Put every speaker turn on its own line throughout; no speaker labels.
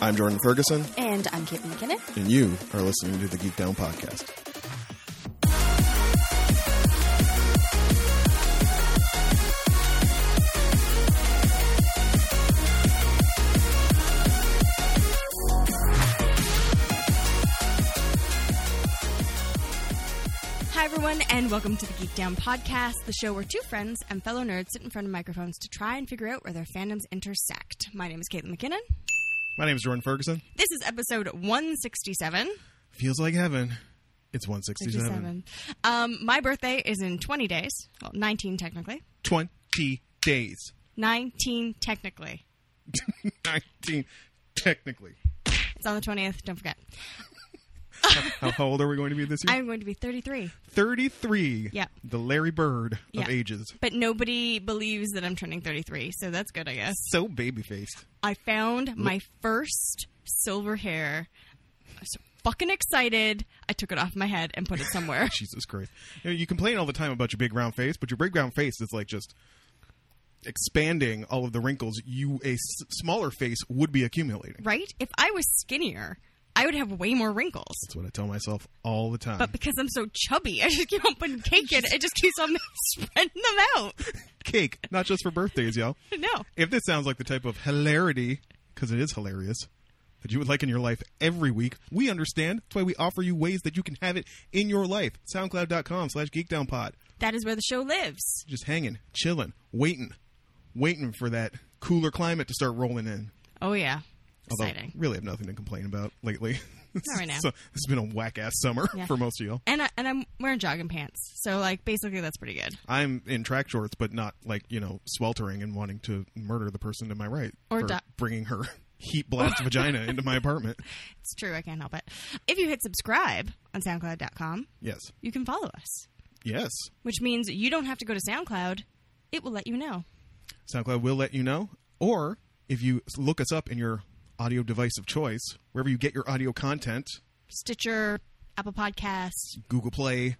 I'm Jordan Ferguson,
And I'm Caitlin McKinnon.
and you are listening to the Geek Down Podcast.
Hi, everyone, and welcome to the Geek Down Podcast, the show where two friends and fellow nerds sit in front of microphones to try and figure out where their fandoms intersect. My name is Caitlin McKinnon.
My name is Jordan Ferguson.
This is episode 167.
Feels like heaven. It's 167.
67. Um, my birthday is in 20 days. Well, 19 technically.
20 days.
19 technically.
19, technically.
It's on the 20th. Don't forget.
How, how old are we going to be this year?
I'm going to be 33.
33.
Yeah.
The Larry Bird of
Yeah.
ages.
But nobody believes that I'm turning 33, so that's good, I guess.
So baby faced.
I found my first silver hair. I was so fucking excited. I took it off my head and put it somewhere.
Jesus Christ. You, know, you complain all the time about your big round face, but your big round face is like just expanding all of the wrinkles you a s- smaller face would be accumulating.
right? If I was skinnier, I would have way more wrinkles.
That's what I tell myself all the time.
But because I'm so chubby, I just keep on putting cake in it. It just keeps on spreading them out.
Cake, not just for birthdays, y'all.
No.
If this sounds like the type of hilarity, because it is hilarious, that you would like in your life every week, we understand. That's why we offer you ways that you can have it in your life. SoundCloud.com slash geekdownpod.
That is where the show lives.
Just hanging, chilling, waiting, waiting for that cooler climate to start rolling in.
Oh, yeah.
Although,
Exciting.
really have nothing to complain about lately.
Not right now.
So, it's been a whack ass summer
Yeah.
for most of y'all.
And, I, and I'm wearing jogging pants. So, like, basically, that's pretty good.
I'm in track shorts, but not like you know sweltering and wanting to murder the person to my right
Or
for
di-
bringing her heat blast vagina into my apartment.
It's true. I can't help it. If you hit subscribe on SoundCloud.com,
Yes,
you can follow us.
yes.
which means you don't have to go to SoundCloud. It will let you know.
SoundCloud will let you know, or if you look us up in your audio device of choice, wherever you get your audio content,
Stitcher, Apple Podcasts.
Google Play,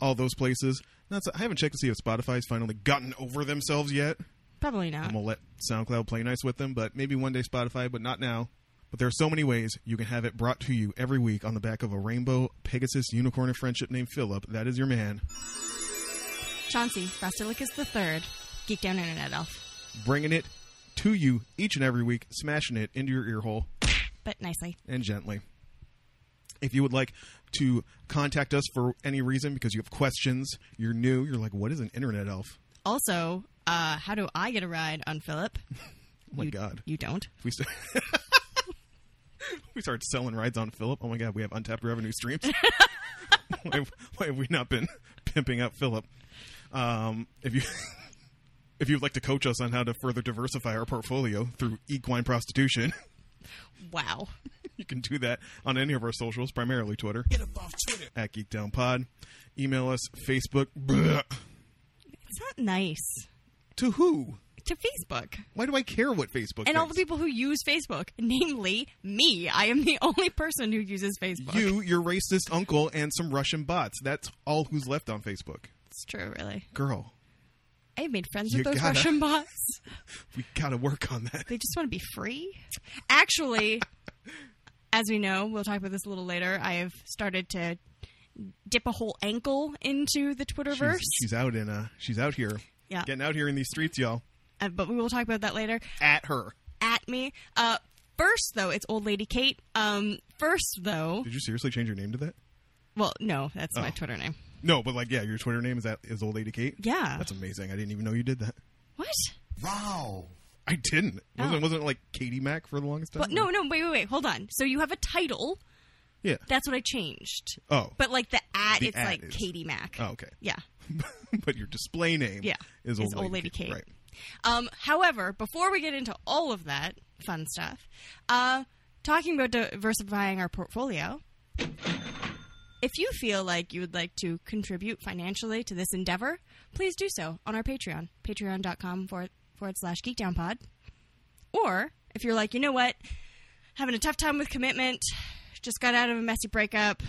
all those places. That's, I haven't checked to see if Spotify's finally gotten over themselves yet.
Probably not.
I'm gonna let SoundCloud play nice with them, but maybe one day Spotify, but not now. But there are so many ways you can have it brought to you every week on the back of a rainbow Pegasus unicorn of friendship named Philip. That is your man.
Chauncey Frostilicus the Third, Geek Down Internet Elf,
Bringing it to you each and every week, smashing it into your ear hole
but nicely.
and gently. If you would like to contact us for any reason because you have questions, you're new, you're like, what is an internet elf?
Also, uh, how do I get a ride on Philip?
Oh my
you,
God.
you don't.
If we start, we start selling rides on Philip. Oh my God, we have untapped revenue streams. why, why have we not been pimping up Philip? Um, if you if you'd like to coach us on how to further diversify our portfolio through equine prostitution,
Wow.
you can do that on any of our socials, primarily Twitter
Get up off Twitter.
at GeekDownPod. Email us Facebook. Blah.
It's not nice
To who?
to Facebook
Why do I care what Facebook?
and all the
thinks?
people who use Facebook, namely me. I am the only person who uses Facebook.
you, your racist uncle, and some Russian bots. That's all who's left on Facebook.
It's true, really.
Girl,
I made friends
You
with those
gotta-
Russian bots.
we gotta work on that.
They just want to be free. Actually, as we know, we'll talk about this a little later. I have started to dip a whole ankle into the Twitterverse,
She's, she's out in uh she's out here.
Yeah.
Getting out here in these streets, y'all.
Uh, but we will talk about that later.
At her.
At me. Uh, first, though, it's old lady Kate. Um, first, though,
Did you seriously change your name to that?
well, no, that's my
Oh.
Twitter name.
No, but like yeah, your Twitter name is that is old lady Kate?
Yeah.
That's amazing. I didn't even know you did that.
what?
Wow.
I didn't.
Oh.
Wasn't wasn't it like Katie Mac for the longest time?
But no, no, wait, wait, wait. Hold on. So you have a title.
Yeah.
That's what I changed.
Oh.
But like the at,
The
it's
at
like
is-
Katie Mac.
Oh, okay.
Yeah.
but your display name
Yeah,
is old, lady,
Kate.
Right.
Um, however, before we get into all of that fun stuff, uh, talking about diversifying our portfolio, if you feel like you would like to contribute financially to this endeavor, please do so on our Patreon, patreon.com forward, forward slash geekdownpod. Or if you're like, you know what, having a tough time with commitment, just got out of a messy breakup,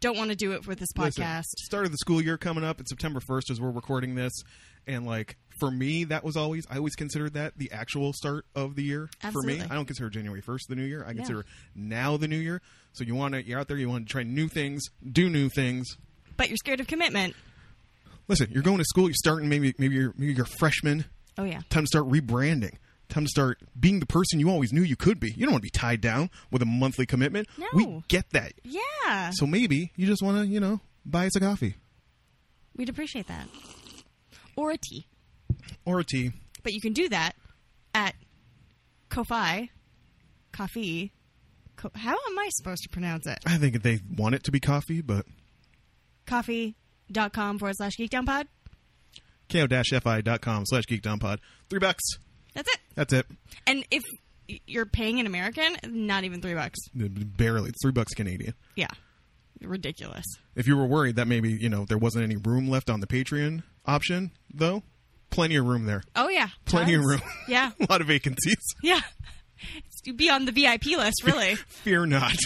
don't want to do it with this
Listen,
podcast.
start of the school year coming up. It's September 1st as we're recording this. And like for me, that was always I always considered that the actual start of the year. For
Absolutely.
me, I don't consider January first the new year. I consider now the new year. So you want to you're out there, you want to try new things, do new things.
But you're scared of commitment.
Listen, you're going to school, you're starting maybe maybe you're maybe you're a freshman.
Oh yeah.
Time to start rebranding. Time to start being the person you always knew you could be. You don't want to be tied down with a monthly commitment.
No.
We get that.
Yeah.
So maybe you just want to, you know, buy us a coffee
We'd appreciate that. Or a tea.
or a tea.
But you can do that at Kofi, Coffee. Co- How am I supposed to pronounce it?
I think they want it to be coffee, but
Coffee.com forward slash geekdownpod.
ko-fi.com slash geekdownpod. Three bucks.
That's it.
That's it.
And if y- you're paying an American, not even three bucks.
Barely. It's three bucks Canadian.
Yeah. Ridiculous.
If you were worried that maybe, you know, there wasn't any room left on the Patreon option, though, plenty of room there.
Oh, yeah.
Plenty of
Tons.
room.
Yeah.
a lot of vacancies.
Yeah. It's- You'd be on the VIP list, really.
Fear not.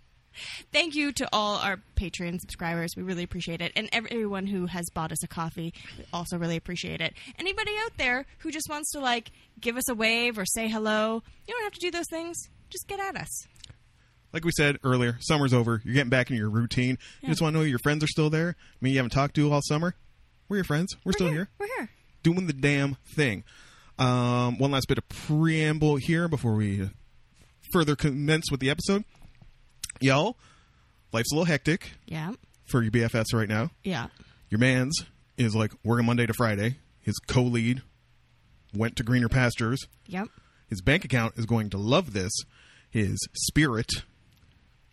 Thank you to all our Patreon subscribers. We really appreciate it. And everyone who has bought us a coffee, we also really appreciate it. Anybody out there who just wants to, like, give us a wave or say hello, you don't have to do those things. Just get at us.
Like we said earlier, summer's over. You're getting back in your routine. You just want to know your friends are still there. I mean, you haven't talked to all summer. We're your friends. We're, still here.
We're here.
doing the damn thing. Um, one last bit of preamble here before we further commence with the episode. Y'all, life's a little hectic
Yeah.
for your BFFs right now.
Yeah.
Your man's is like working Monday to Friday. His co lead went to greener pastures.
Yep.
His bank account is going to love this. His spirit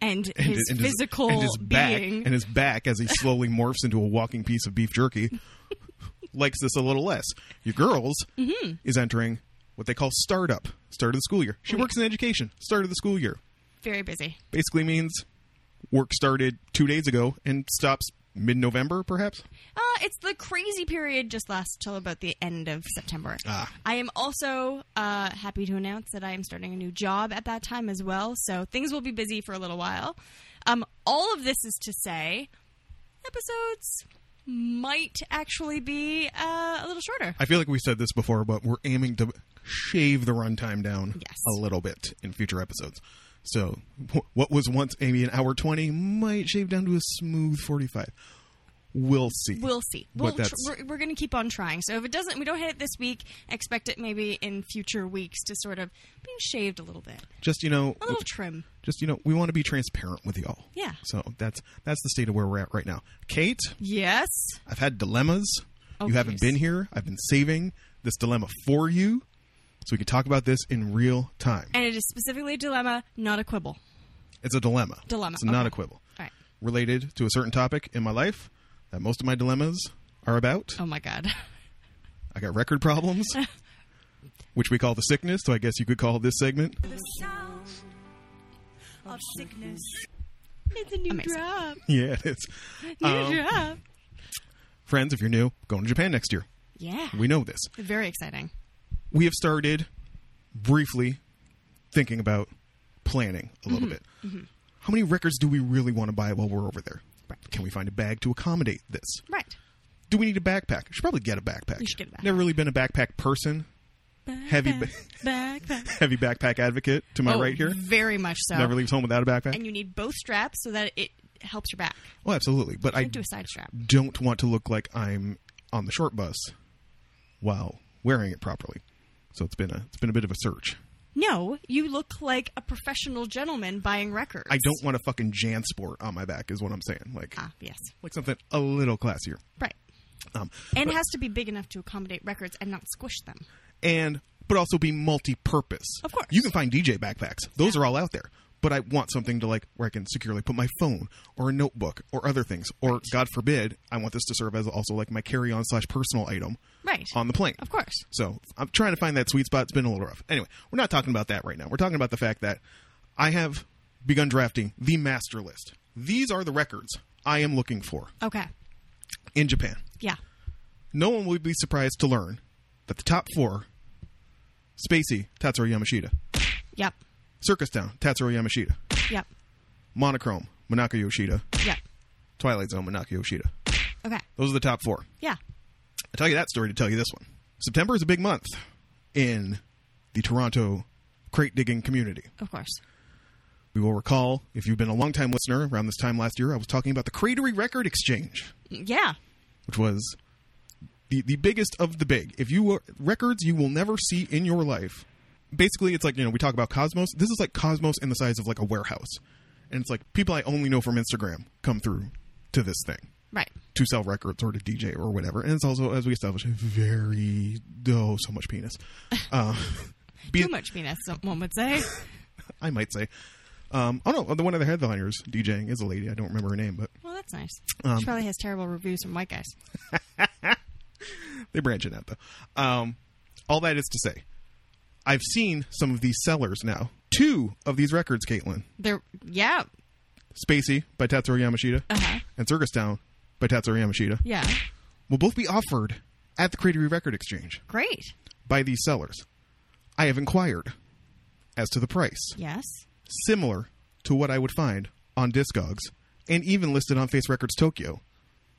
And,
and
his
and
physical
and his back
being.
and his back as he slowly morphs into a walking piece of beef jerky likes this a little less. Your girls
Mm-hmm.
is entering what they call startup, start of the school year. She
Mm-hmm.
works in education, start of the school year.
Very busy.
Basically means work started two days ago and stops mid November, perhaps.
Uh, it's the crazy period just lasts till about the end of September.
Ah.
I am also uh, happy to announce that I am starting a new job at that time as well, so things will be busy for a little while. Um, all of this is to say, episodes might actually be uh, a little shorter.
I feel like we said this before, but we're aiming to shave the runtime down
Yes.
a little bit in future episodes. So, wh- what was once maybe an hour 20 might shave down to a smooth 45. We'll see.
We'll see.
But
We'll tr-
that's-
we're we're going to keep on trying. So if it doesn't, we don't hit it this week. Expect it maybe in future weeks to sort of being shaved a little bit,
Just, you know,
a little trim.
just, you know, we want to be transparent with y'all.
Oh. Yeah.
So, that's that's the state of where we're at right now. Kate,
Yes.
I've had dilemmas.
Oh,
you haven't
jeez.
been here. I've been saving this dilemma for you so we can talk about this in real time.
And it is specifically a dilemma, not a quibble.
It's a dilemma.
Dilemma,
It's not
okay.
a quibble.
All right.
related to a certain topic in my life that most of my dilemmas are about.
Oh my god.
I got record problems, which we call the sickness, so I guess you could call this segment.
The sound of sickness.
It's a new
Amazing.
drop.
Yeah, it is.
New
Um,
drop.
Friends, if you're new, going to Japan next year.
Yeah.
We know this.
Very exciting.
We have started briefly thinking about planning a little bit. How many records do we really want to buy while we're over there? Can we find a bag to accommodate this?
Right.
Do we need a backpack? I should probably get a backpack.
You should get a backpack.
Never really been a backpack person, Heavy ba-
back, back.
heavy backpack advocate to my
Oh,
right here.
Very much so.
Never leaves home without a backpack.
and you need both straps so that it helps your back.
Well, absolutely, but I
Do a side strap.
don't want to look like I'm on the short bus while wearing it properly. So it's been a it's been a bit of a search.
No, you look like a professional gentleman buying records.
I don't want a fucking JanSport on my back, is what I'm saying. Like
Ah, yes.
like something a little classier.
Right.
Um,
And
but-
it has to be big enough to accommodate records and not squish them.
and but also be multi-purpose.
Of course.
you can find DJ backpacks; those are all out there. But I want something to like where I can securely put my phone or a notebook or other things, or God forbid, I want this to serve as also like my carry-on slash personal item
Right.
on the plane.
Of course.
So I'm trying to find that sweet spot. It's been a little rough. Anyway, we're not talking about that right now. We're talking about the fact that I have begun drafting the master list. These are the records I am looking for
Okay.
in Japan.
Yeah.
No one will be surprised to learn that the top four Spacey, Tatsuro Yamashita.
Yep.
Circus Town, Tatsuro Yamashita.
Yep.
Monochrome, Monaka Yoshida.
Yep.
Twilight Zone, Monaka Yoshida.
Okay.
Those are the top four.
Yeah.
I tell you that story to tell you this one. September is a big month in the Toronto crate digging community.
Of course.
We will recall, if you've been a longtime listener, around this time last year, I was talking about the Cratery Record Exchange,
Yeah.
which was the, the biggest of the big. If you were records you will never see in your life. Basically, it's like, you know, we talk about Cosmos. This is like Cosmos in the size of like a warehouse. And it's like people I only know from Instagram come through to this thing
Right.
to sell records or to DJ or whatever. And it's also, as we established, very, oh, so much penis. Uh, be-
Too much penis, some- one would say.
I might say. Um, oh no, the one of the headliners DJing is a lady. I don't remember her name, but
Well, that's nice.
Um,
she probably has terrible reviews from white guys.
they branch it out though. Um, all that is to say, I've seen some of these sellers now. Two of these records, Caitlin,
They're yeah,
Spacey by Tatsuro Yamashita
Uh-huh.
and Circus Town by Tatsuro Yamashita,
yeah,
will both be offered at the Creative Record Exchange
great.
by these sellers. I have inquired as to the price.
Yes,
similar to what I would find on Discogs and even listed on Face Records Tokyo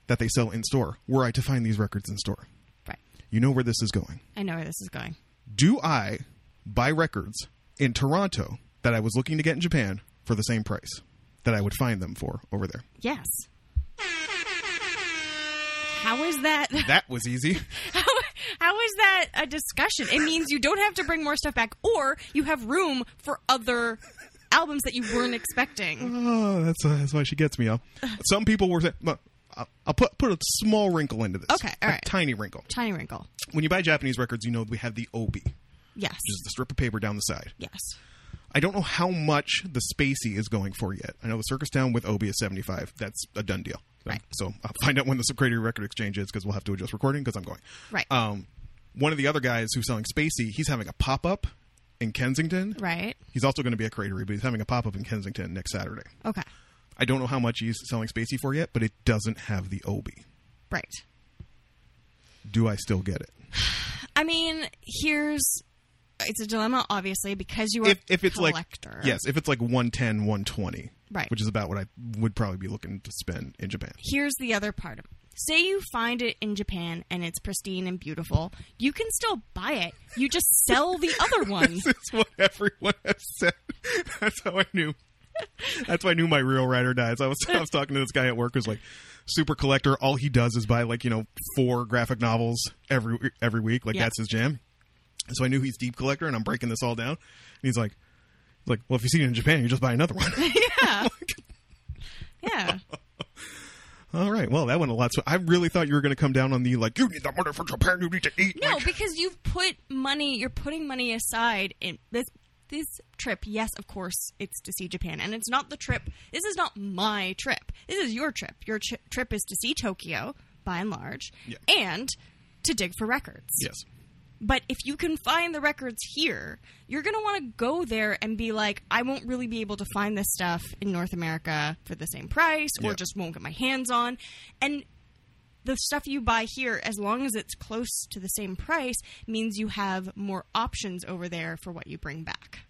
that they sell in store, were I to find these records in store.
right.
You know where this is going.
I know where this is going.
Do I buy records in Toronto that I was looking to get in Japan for the same price that I would find them for over there?
Yes. How is that?
That was easy.
How, how is that a discussion? It means you don't have to bring more stuff back, or you have room for other albums that you weren't expecting.
oh, that's, that's why she gets me up. Some people were saying, look, I'll- I'll put, put a small wrinkle into this.
Okay, all
a
right.
tiny wrinkle.
Tiny wrinkle.
When you buy Japanese records, you know we have the obi, which
Yes.
is the strip of paper down the side.
Yes.
I don't know how much the Spacey is going for yet. I know the Circus Town with Obi is 75. That's a done deal.
Right.
So I'll find out when the Subcrater Record Exchange is because we'll have to adjust recording because I'm going.
Right.
Um, one of the other guys who's selling Spacey, he's having a pop up in Kensington.
Right.
He's also going to be at Cratery, but he's having a pop up in Kensington next Saturday.
Okay.
I don't know how much he's selling Spacey for yet, but it doesn't have the Obi.
Right.
Do I still get it?
I mean, here's it's a dilemma, obviously, because you are
if, if it's
collector.
like yes, if it's like 110, 120,
Right.
which is about what I would probably be looking to spend in Japan.
here's the other part of it. Say you find it in Japan and it's pristine and beautiful, you can still buy it. You just sell the other one.
This is what everyone has said. That's how I knew. That's why I knew my real ride or dies. I was, I was talking to this guy at work who's like super collector. All he does is buy like you know four graphic novels every every week. Like
Yeah.
that's his jam. So I knew he's deep collector, and I'm breaking this all down. And he's like, he's like, well, if you see it in Japan, you just buy another one.
Yeah. yeah.
all right, well, that went a lot. So I really thought you were going to come down on the like, you need that money for Japan. You need to eat.
No,
like-
because you've put money, you're putting money aside in this this trip. Yes, of course, it's to see Japan, and it's not the trip. This is not my trip. This is your trip. Your chi- trip is to see Tokyo by and large,
Yeah.
and to dig for records.
yes,
But if you can find the records here, you're going to want to go there and be like, I won't really be able to find this stuff in North America for the same price or
Yeah.
just won't get my hands on. And the stuff you buy here, as long as it's close to the same price, means you have more options over there for what you bring back.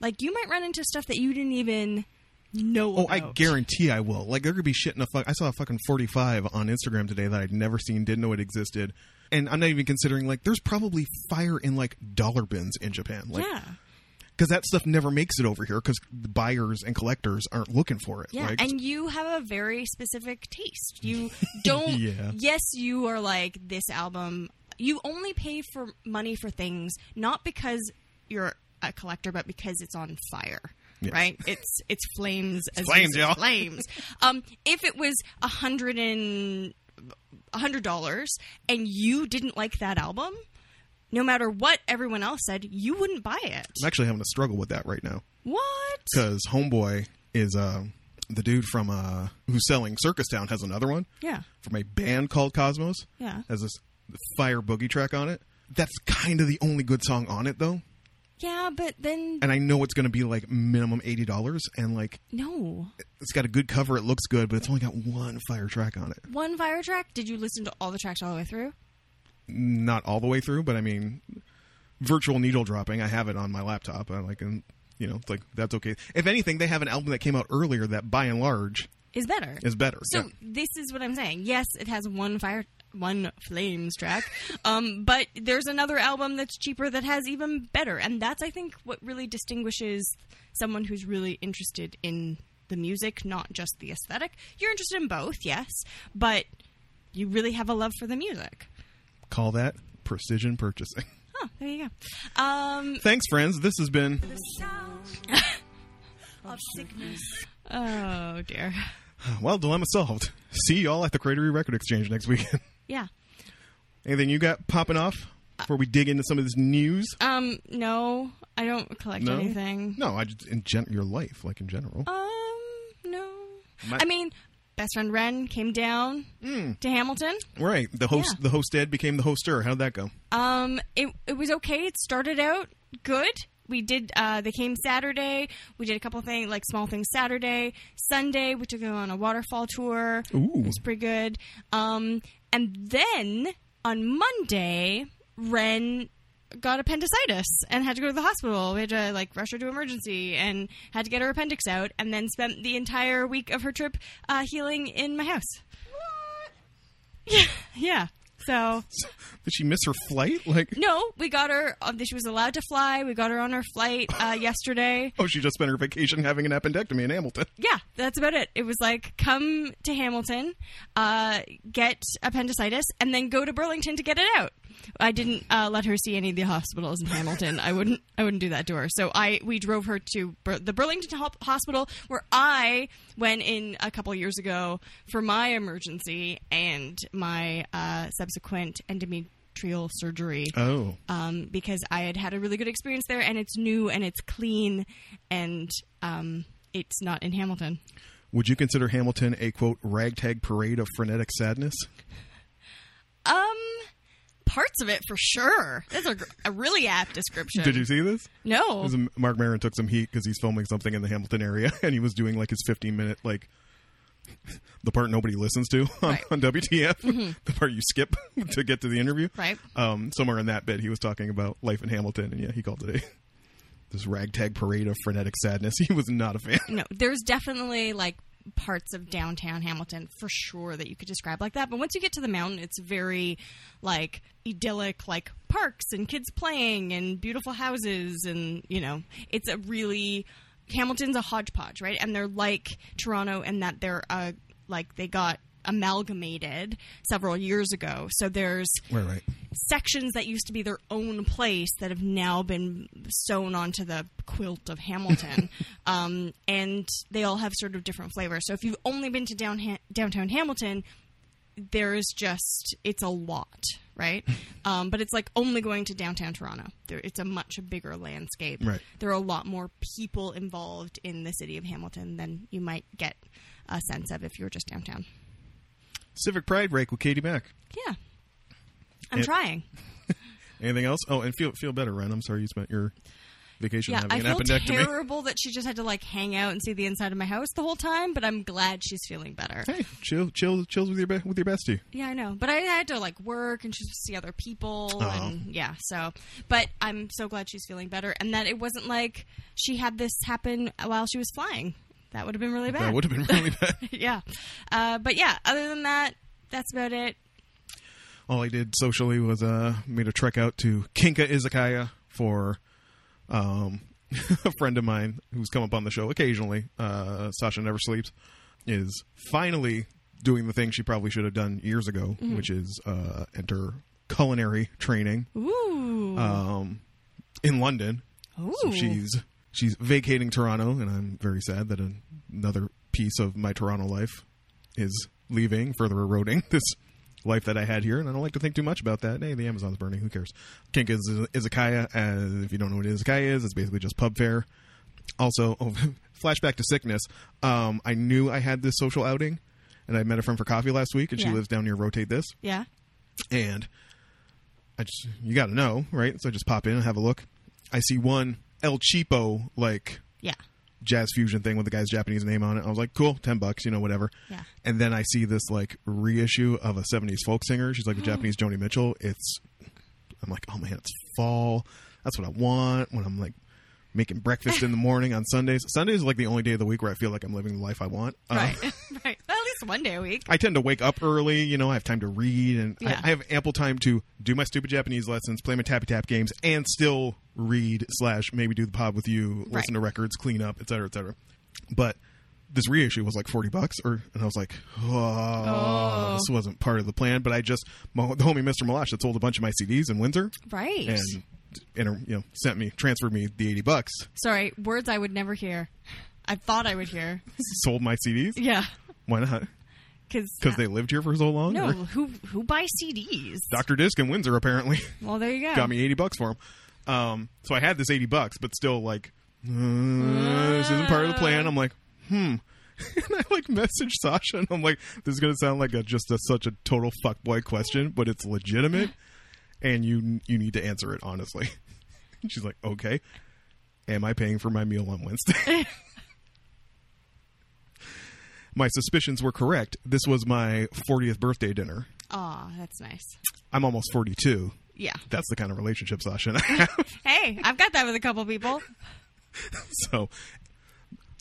Like, you might run into stuff that you didn't even know
Oh, I
about.
guarantee I will. Like there could be shit in a fuck. I saw a fucking forty-five on Instagram today that I'd never seen, didn't know it existed, and I'm not even considering like there's probably fire in like dollar bins in Japan, like
Yeah.
because that stuff never makes it over here because the buyers and collectors aren't looking for it.
Yeah,
like,
and you have a very specific taste. You don't.
Yeah.
Yes, you are like this album. You only pay for money for things not because you're a collector, but because it's on fire.
Yes.
Right? It's it's flames as
Flames,
it's
y'all.
flames. Um, if it was a hundred and a hundred dollars, and you didn't like that album, no matter what everyone else said, you wouldn't buy it.
I'm actually having a struggle with that right now
What?
because Homeboy is uh, the dude from uh, who's selling Circus Town has another one
Yeah.
from a band called Cosmos.
Yeah.
has this fire boogie track on it. That's kind of the only good song on it though.
Yeah, but then
and I know it's going to be like minimum eighty dollars, and like
no.
it's got a good cover, it looks good, but it's only got one fire track on it.
one fire track did you listen to all the tracks all the way through
Not all the way through, but I mean, virtual needle dropping. I have it on my laptop. I like, and you know, it's like that's okay. If anything, they have an album that came out earlier that, by and large,
is better
is better.
so
Yeah.
this is what i'm saying yes it has one fire one Flames track. Um, but there's another album that's cheaper that has even better, and that's I think what really distinguishes someone who's really interested in the music, not just the aesthetic. You're interested in both, yes, but you really have a love for the music.
Call that precision purchasing.
Oh, there you go. Um,
Thanks, friends. This has been
the sound of sickness.
oh dear.
uh, well, dilemma solved. See y'all at the Cratery Record Exchange next weekend.
Yeah.
Anything you got popping off before we dig into some of this news?
Um, no, I don't collect
No?
anything.
No, I just in gen- your life, like in general.
Um, no.
My-
I mean, best friend Ren came down to Hamilton.
right. The host,
yeah.
the hosted became the hoster. How'd that go?
Um, it it was okay. It started out good. We did. Uh, they came Saturday. We did a couple things, like small things Saturday, Sunday. We took them on a waterfall tour.
Ooh.
it was pretty good. Um, and then on Monday, Ren got appendicitis and had to go to the hospital. We had to like rush her to emergency and had to get her appendix out. And then spent the entire week of her trip uh, healing in my house. Yeah, yeah. So
Did she miss her flight? Like,
no, we got her. Um, she was allowed to fly. We got her on her flight uh, yesterday.
oh, she just spent her vacation having an appendectomy in Hamilton.
Yeah, that's about it. It was like come to Hamilton, uh, get appendicitis, and then go to Burlington to get it out. I didn't uh, let her see any of the hospitals in Hamilton. I wouldn't. I wouldn't do that to her. So I we drove her to Bur- the Burlington Ho- Hospital where I went in a couple years ago for my emergency and my uh, subsequent endometrial surgery
Oh,
um, because I had had a really good experience there, and it's new and it's clean, and um, it's not in Hamilton.
would you consider Hamilton a quote ragtag parade of frenetic sadness?
Um, parts of it for sure. That's a, gr- a really apt description.
Did you see this?
No.
This is- Mark Maron took some heat because he's filming something in the Hamilton area, and he was doing like his 15 minute like the part nobody listens to on,
Right. Mm-hmm.
on WTF, the part you skip to get to the interview.
Right.
Um, somewhere in that bit, he was talking about life in Hamilton, and yeah, he called it a this ragtag parade of frenetic sadness. He was not a fan.
no, there's definitely like parts of downtown Hamilton for sure that you could describe like that. But once you get to the mountain, it's very like idyllic, like parks and kids playing and beautiful houses. And, you know, it's a really, Hamilton's a hodgepodge, right? And they're like Toronto in that they're uh, like they got amalgamated several years ago. So there's
Right, right.
sections that used to be their own place that have now been sewn onto the quilt of Hamilton. um, and they all have sort of different flavors. So if you've only been to down, downtown Hamilton, there is just, it's a lot, right? Um, but it's like only going to downtown Toronto. There, it's a much bigger landscape.
Right.
There are a lot more people involved in the city of Hamilton than you might get a sense of if you were just downtown.
Civic Pride break with Katie Mack.
Yeah. I'm
And-
trying.
Anything else? Oh, and feel feel better, Ren. I'm sorry you spent your vacation
Yeah, I
having
feel
an appendectomy.
terrible that she just had to like hang out and see the inside of my house the whole time, but I'm glad she's feeling better.
Hey, chill, chill, chills with your be- with your bestie.
Yeah, I know, but I had to like work and just see other people,
Oh.
and yeah, so. But I'm so glad she's feeling better, and that it wasn't like she had this happen while she was flying. That would have been really bad.
That would have been really bad.
yeah, uh, but yeah. Other than that, that's about it.
all I did socially was uh made a trek out to Kinka Izakaya for um a friend of mine who's come up on the show occasionally, uh Sasha Never Sleeps, is finally doing the thing she probably should have done years ago, which is uh enter culinary training
Ooh,
um in London.
ooh.
So she's she's vacating Toronto, and I'm very sad that another piece of my Toronto life is leaving, further eroding this life that I had here. And I don't like to think too much about that. Hey, the Amazon's burning. Who cares? Kink is izakaya. As if you don't know what izakaya is, it's basically just pub fare. Also, oh, flashback to sickness. Um, I knew I had this social outing, and I met a friend for coffee last week, and she
Yeah.
lives down near Rotate This
yeah.
and I just you got to know, right? So I just pop in and have a look. I see one El Cheapo like
Yeah.
jazz fusion thing with the guy's Japanese name on it. I was like, cool, ten bucks, you know, whatever.
Yeah.
And then I see this like reissue of a '70s folk singer. She's
Oh.
like a Japanese Joni Mitchell. It's I'm like, oh man, it's fall. That's what I want when I'm like making breakfast in the morning on Sundays. Sundays is like the only day of the week where I feel like I'm living the life I want. Uh,
Right. right. Well, at least least one day a week.
I tend to wake up early. You know, I have time to read, and
Yeah.
I, I have ample time to do my stupid Japanese lessons, play my tappy tap games, and still read slash maybe do the pod with you,
Right.
listen to records, clean up, et cetera, et cetera. But this reissue was like forty bucks, or and I was like, oh,
Oh.
this wasn't part of the plan. But I just my, the homie Mr. Malash that sold a bunch of my CDs in Windsor,
Right.
and and uh, you know sent me transferred me the eighty bucks,
Sorry, words I would never hear. I thought I would hear.
sold my CDs.
Yeah,
Why not?
because
Because they lived here for so long.
no,
Or-
who who buys CDs?
Dr. Disc in Windsor apparently.
Well, there you go.
got me 80 bucks for them. Um, so I had this 80 bucks, but still like, uh, this isn't part of the plan. I'm like, hmm. And I like message Sasha and I'm like, this is going to sound like a, just a, such a total fuckboy question, but it's legitimate and you, you need to answer it honestly. And she's like, okay, am I paying for my meal on Wednesday? my suspicions were correct. This was my 40th birthday dinner.
Aw, that's nice.
I'm almost 42.
Yeah.
That's the kind of relationship Sasha and I have.
Hey, I've got that with a couple people.
So,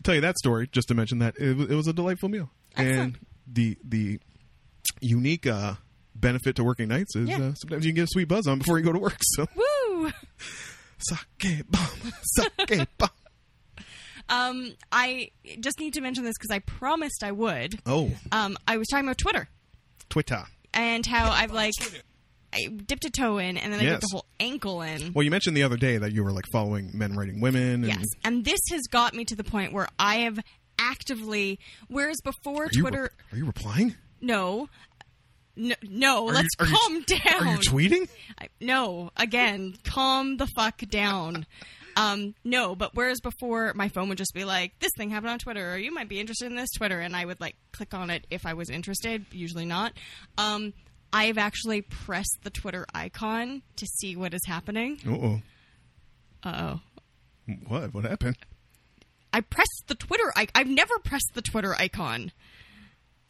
tell you that story just to mention that it, wa- it was a delightful meal,
Excellent.
and the the unique uh, benefit to working nights is
Yeah.
uh, sometimes you can get a sweet buzz on before you go to work. So
Woo!
sake bomb, sake bomb.
Um, I just need to mention this because I promised I would.
Oh,
Um, I was talking about Twitter
Twitter.
and how I've like I dipped a toe in and then I
Yes.
dipped a whole ankle in.
Well, you mentioned the other day that you were like following men writing women. And
Yes, and this has got me to the point where I have actively, whereas before
Are you re-
Twitter,
are you replying?
no, no, no
Are
let's
you, are you-
calm down.
Are you tweeting?
I, no, again, calm the fuck down. Um, no, but whereas before my phone would just be like, this thing happened on Twitter, or you might be interested in this Twitter, and I would like click on it if I was interested, usually not. Um, I've actually pressed the Twitter icon to see what is happening.
Oh,
Uh oh.
what? What happened?
I pressed the Twitter icon. I've never pressed the Twitter icon.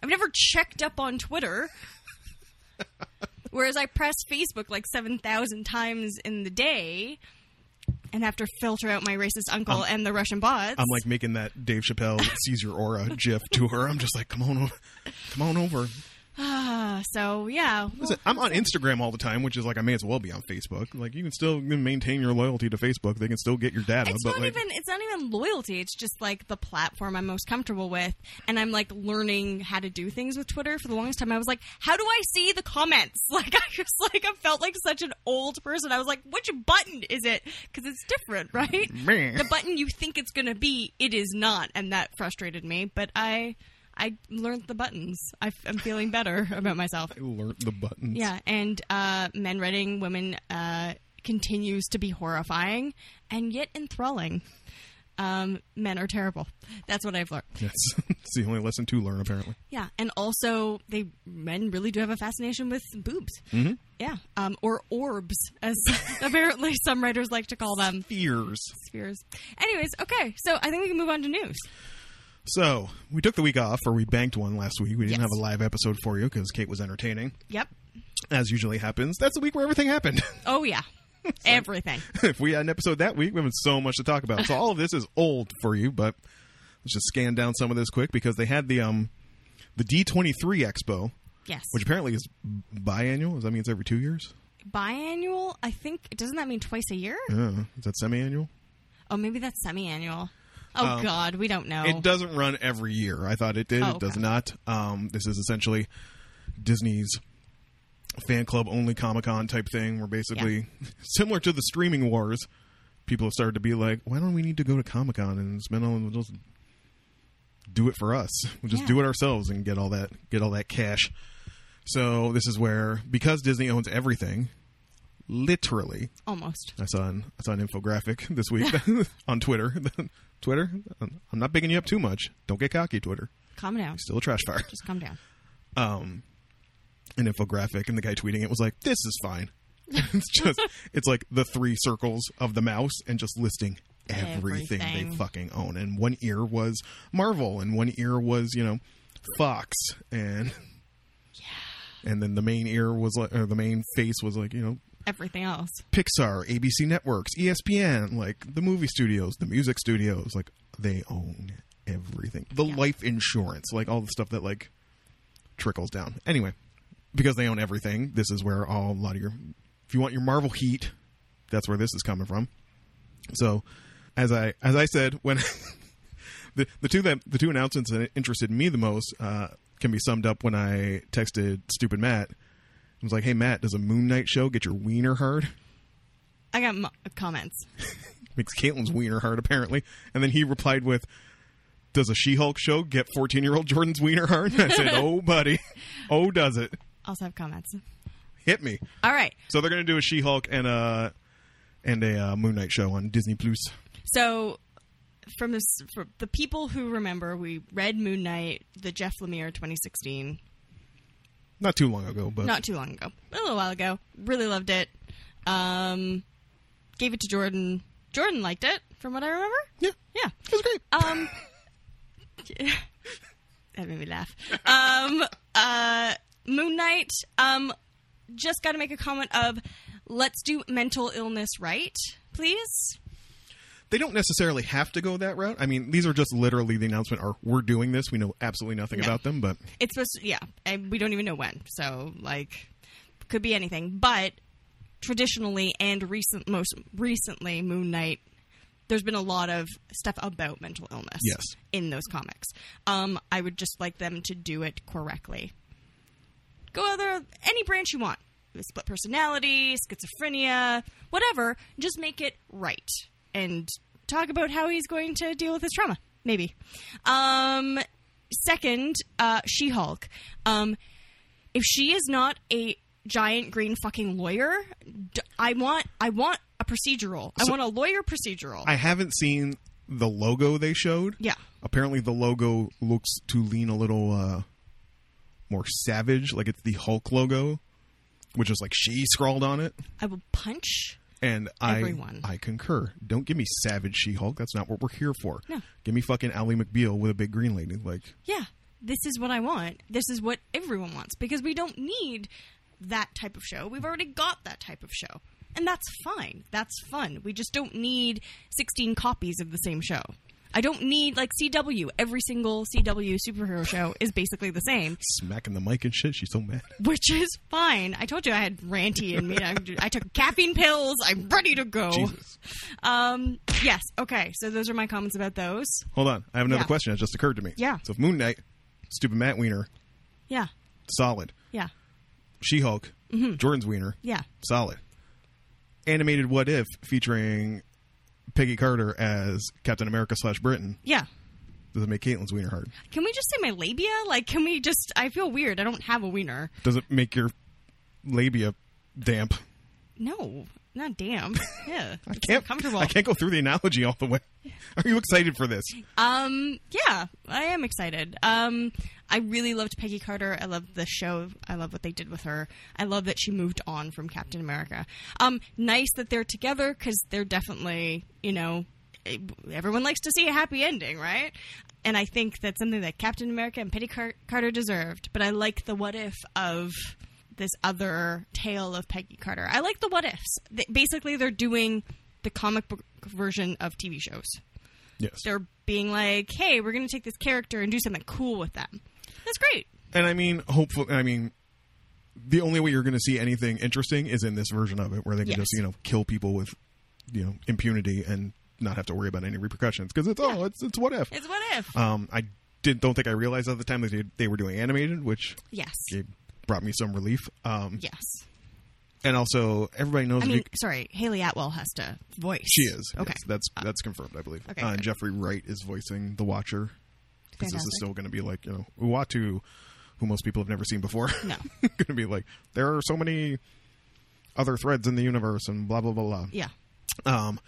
I've never checked up on Twitter. Whereas I press Facebook like 7,000 times in the day and have to filter out my racist uncle and the Russian bots.
I'm like making that Dave Chappelle sees your aura gif to her. I'm just like, come on over, come on over.
Ah, so, yeah. well,
Listen, I'm on Instagram all the time, which is like I may as well be on Facebook. Like you can still maintain your loyalty to Facebook. They can still get your data,
it's
but
not
like
even it's not even loyalty it's just like the platform i'm most comfortable with and i'm like learning how to do things with twitter for the longest time i was like how do i see the comments like i was like i felt like such an old person i was like which button is it because it's different right
Meh.
the button you think it's going to be it is not and that frustrated me but i i learned the buttons I, i'm feeling better about myself
I learned the buttons.
yeah, and uh, men writing women uh, continues to be horrifying and yet enthralling. Um, men are terrible. That's what I've learned.
That's it's the only lesson to learn apparently.
Yeah, and also they men really do have a fascination with boobs. Yeah, um, or orbs, as apparently some writers like to call them
Fears.
spheres. Anyways, okay, so I think we can move on to news.
So we took the week off, or we banked one last week. We didn't
Yes.
have a live episode for you because Kate was entertaining,
Yep.
as usually happens. That's the week where everything happened.
Oh yeah, everything.
if we had an episode that week, we have so much to talk about. So all of this is old for you, but let's just scan down some of this quick because they had the um the D23 Expo,
Yes.
which apparently is biannual. Does that mean it's every two years?
Biannual? I think doesn't that mean twice a year?
Uh, is that semi-annual?
Oh, maybe that's semi-annual. Oh God, we don't know.
It doesn't run every year. I thought it did.
Oh,
It does
okay.
not. Um, this is essentially Disney's fan club only Comic Con type thing. Where basically similar to the streaming wars, people have started to be like, "Why don't we need to go to Comic Con and spend all? We'll just do it for us. We'll just
Yeah.
do it ourselves and get all that get all that cash." So this is where because Disney owns everything, literally
Almost.
I saw an I saw an infographic this week on Twitter. Twitter, I'm I'm not bigging you up too much. Don't get cocky, Twitter.
Calm down.
Still a trash fire.
Just calm down.
Um, an infographic, and the guy tweeting it was like, "This is fine." it's just it's like the three circles of the mouse, and just listing everything, they
Everything.
fucking own. And one ear was Marvel, and one ear was you know Fox, and and then the main ear was like, or the main face was like you know
Everything else.
Pixar, ABC Networks, E ESPN, like the movie studios, the music studios, like they own everything. The life insurance, like all the stuff that like trickles down. Anyway, because they own everything, this is where all a lot of your if you want your Marvel heat, that's where this is coming from. So, as I as I said when the, the two that the two announcements that interested me the most uh, can be summed up when I texted stupid Matt. I was like, "Hey Matt, does a Moon Knight show get your wiener hard?"
I got mo- comments.
Makes Caitlin's wiener hard apparently, and then he replied with. Does a She-Hulk show get 14-year-old Jordan's wiener hard? I said, "Oh, buddy, oh, does it
Also have comments.
hit me?"
All right.
So they're going to do a She-Hulk and a and a uh, Moon Knight show on Disney Plus.
So, from this, for the people who remember, we read Moon Knight, the Jeff Lemire 2016,
Not too long ago, but
not too long ago, a little while ago. Really loved it. Um, gave it to Jordan. Jordan liked it, from what I remember.
yeah,
Yeah.
it was great.
Um, that made me laugh. Um, uh, Moon Knight. Um, just got to make a comment of, let's do mental illness right, please.
they don't necessarily have to go that route. I mean, these are just literally the announcement are we're doing this. We know absolutely nothing
No.
about them, but
It's supposed to, yeah, and we don't even know when. So, like, could be anything. But traditionally and recent, most recently, Moon Knight, there's been a lot of stuff about mental illness
Yes.
in those comics. Um, I would just like them to do it correctly. Go other any branch you want. Split personality, schizophrenia, whatever. Just make it right and talk about how he's going to deal with his trauma. Maybe. Um, second, uh, She Hulk. Um, if she is not a giant green fucking lawyer, d- I want I want a procedural. I want a lawyer procedural.
I haven't seen the logo they showed.
yeah.
Apparently, the logo looks to lean a little uh, more savage, like it's the Hulk logo, which is like she scrawled on it.
I will punch.
And I,
Everyone.
I concur. Don't give me savage She-Hulk. That's not what we're here for.
No.
Give me fucking Ally McBeal with a big green lady. Like,
Yeah. This is what I want. This is what everyone wants because we don't need that type of show. We've already got that type of show. And that's fine. That's fun. We just don't need 16 copies of the same show. I don't need like CW. Every single CW superhero show is basically the same.
smacking the mic and shit. She's so mad.
which is fine. I told you I had ranty in me. I, I took caffeine pills. I'm ready to go.
Jesus.
Um, yes. Okay. So those are my comments about those.
Hold on. I have another
Yeah.
question that just occurred to me.
Yeah.
So if Moon Knight, stupid Matt Wiener,
Yeah.
solid.
Yeah.
She-Hulk,
Mm-hmm.
Jordan's Wiener,
Yeah.
solid. Animated What If featuring Peggy Carter as Captain America slash Britain.
Yeah.
Does it make Caitlin's wiener hard?
Can we just say my labia? Like, can we just? I feel weird. I don't have a wiener.
Does it make your labia damp?
No. Not damn. Yeah.
I can't.
Comfortable.
I can't go through the analogy all the way. Are you excited for this?
Um, yeah, I am excited. Um, I really loved Peggy Carter. I love the show. I love what they did with her. I love that she moved on from Captain America. Um, nice that they're together because they're definitely, you know, eh, everyone likes to see a happy ending, right? And I think that's something that Captain America and Peggy Car- Carter deserved. But I like the what if of this other tale of Peggy Carter. I like the what ifs. Th- Basically, they're doing the comic book version of TV shows
Yes.
they're being like, "Hey, we're going to take this character and do something cool with them." That's great.
And I mean, hopefully, I mean, the only way you're going to see anything interesting is in this version of it, where they can
Yes.
just you know kill people with you know impunity and not have to worry about any repercussions because it's oh it's it's what if.
It's what if?
Um, I did don't think I realized at the time that they, they were doing animated, which
yes.
gave, brought me some relief. Um,
Yes.
and also everybody knows
I
if
mean,
you-
sorry, Haley Atwell has to voice.
she is
Okay. Uh,
Yes, that's that's confirmed, I believe.
Okay,
uh, and
good.
Jeffrey Wright is voicing the Watcher because this is
Fantastic.
still going to be like you know Uatu, who most people have never seen before.
No.
going to be like there are so many other threads in the universe and blah blah blah blah.
Yeah.
Um,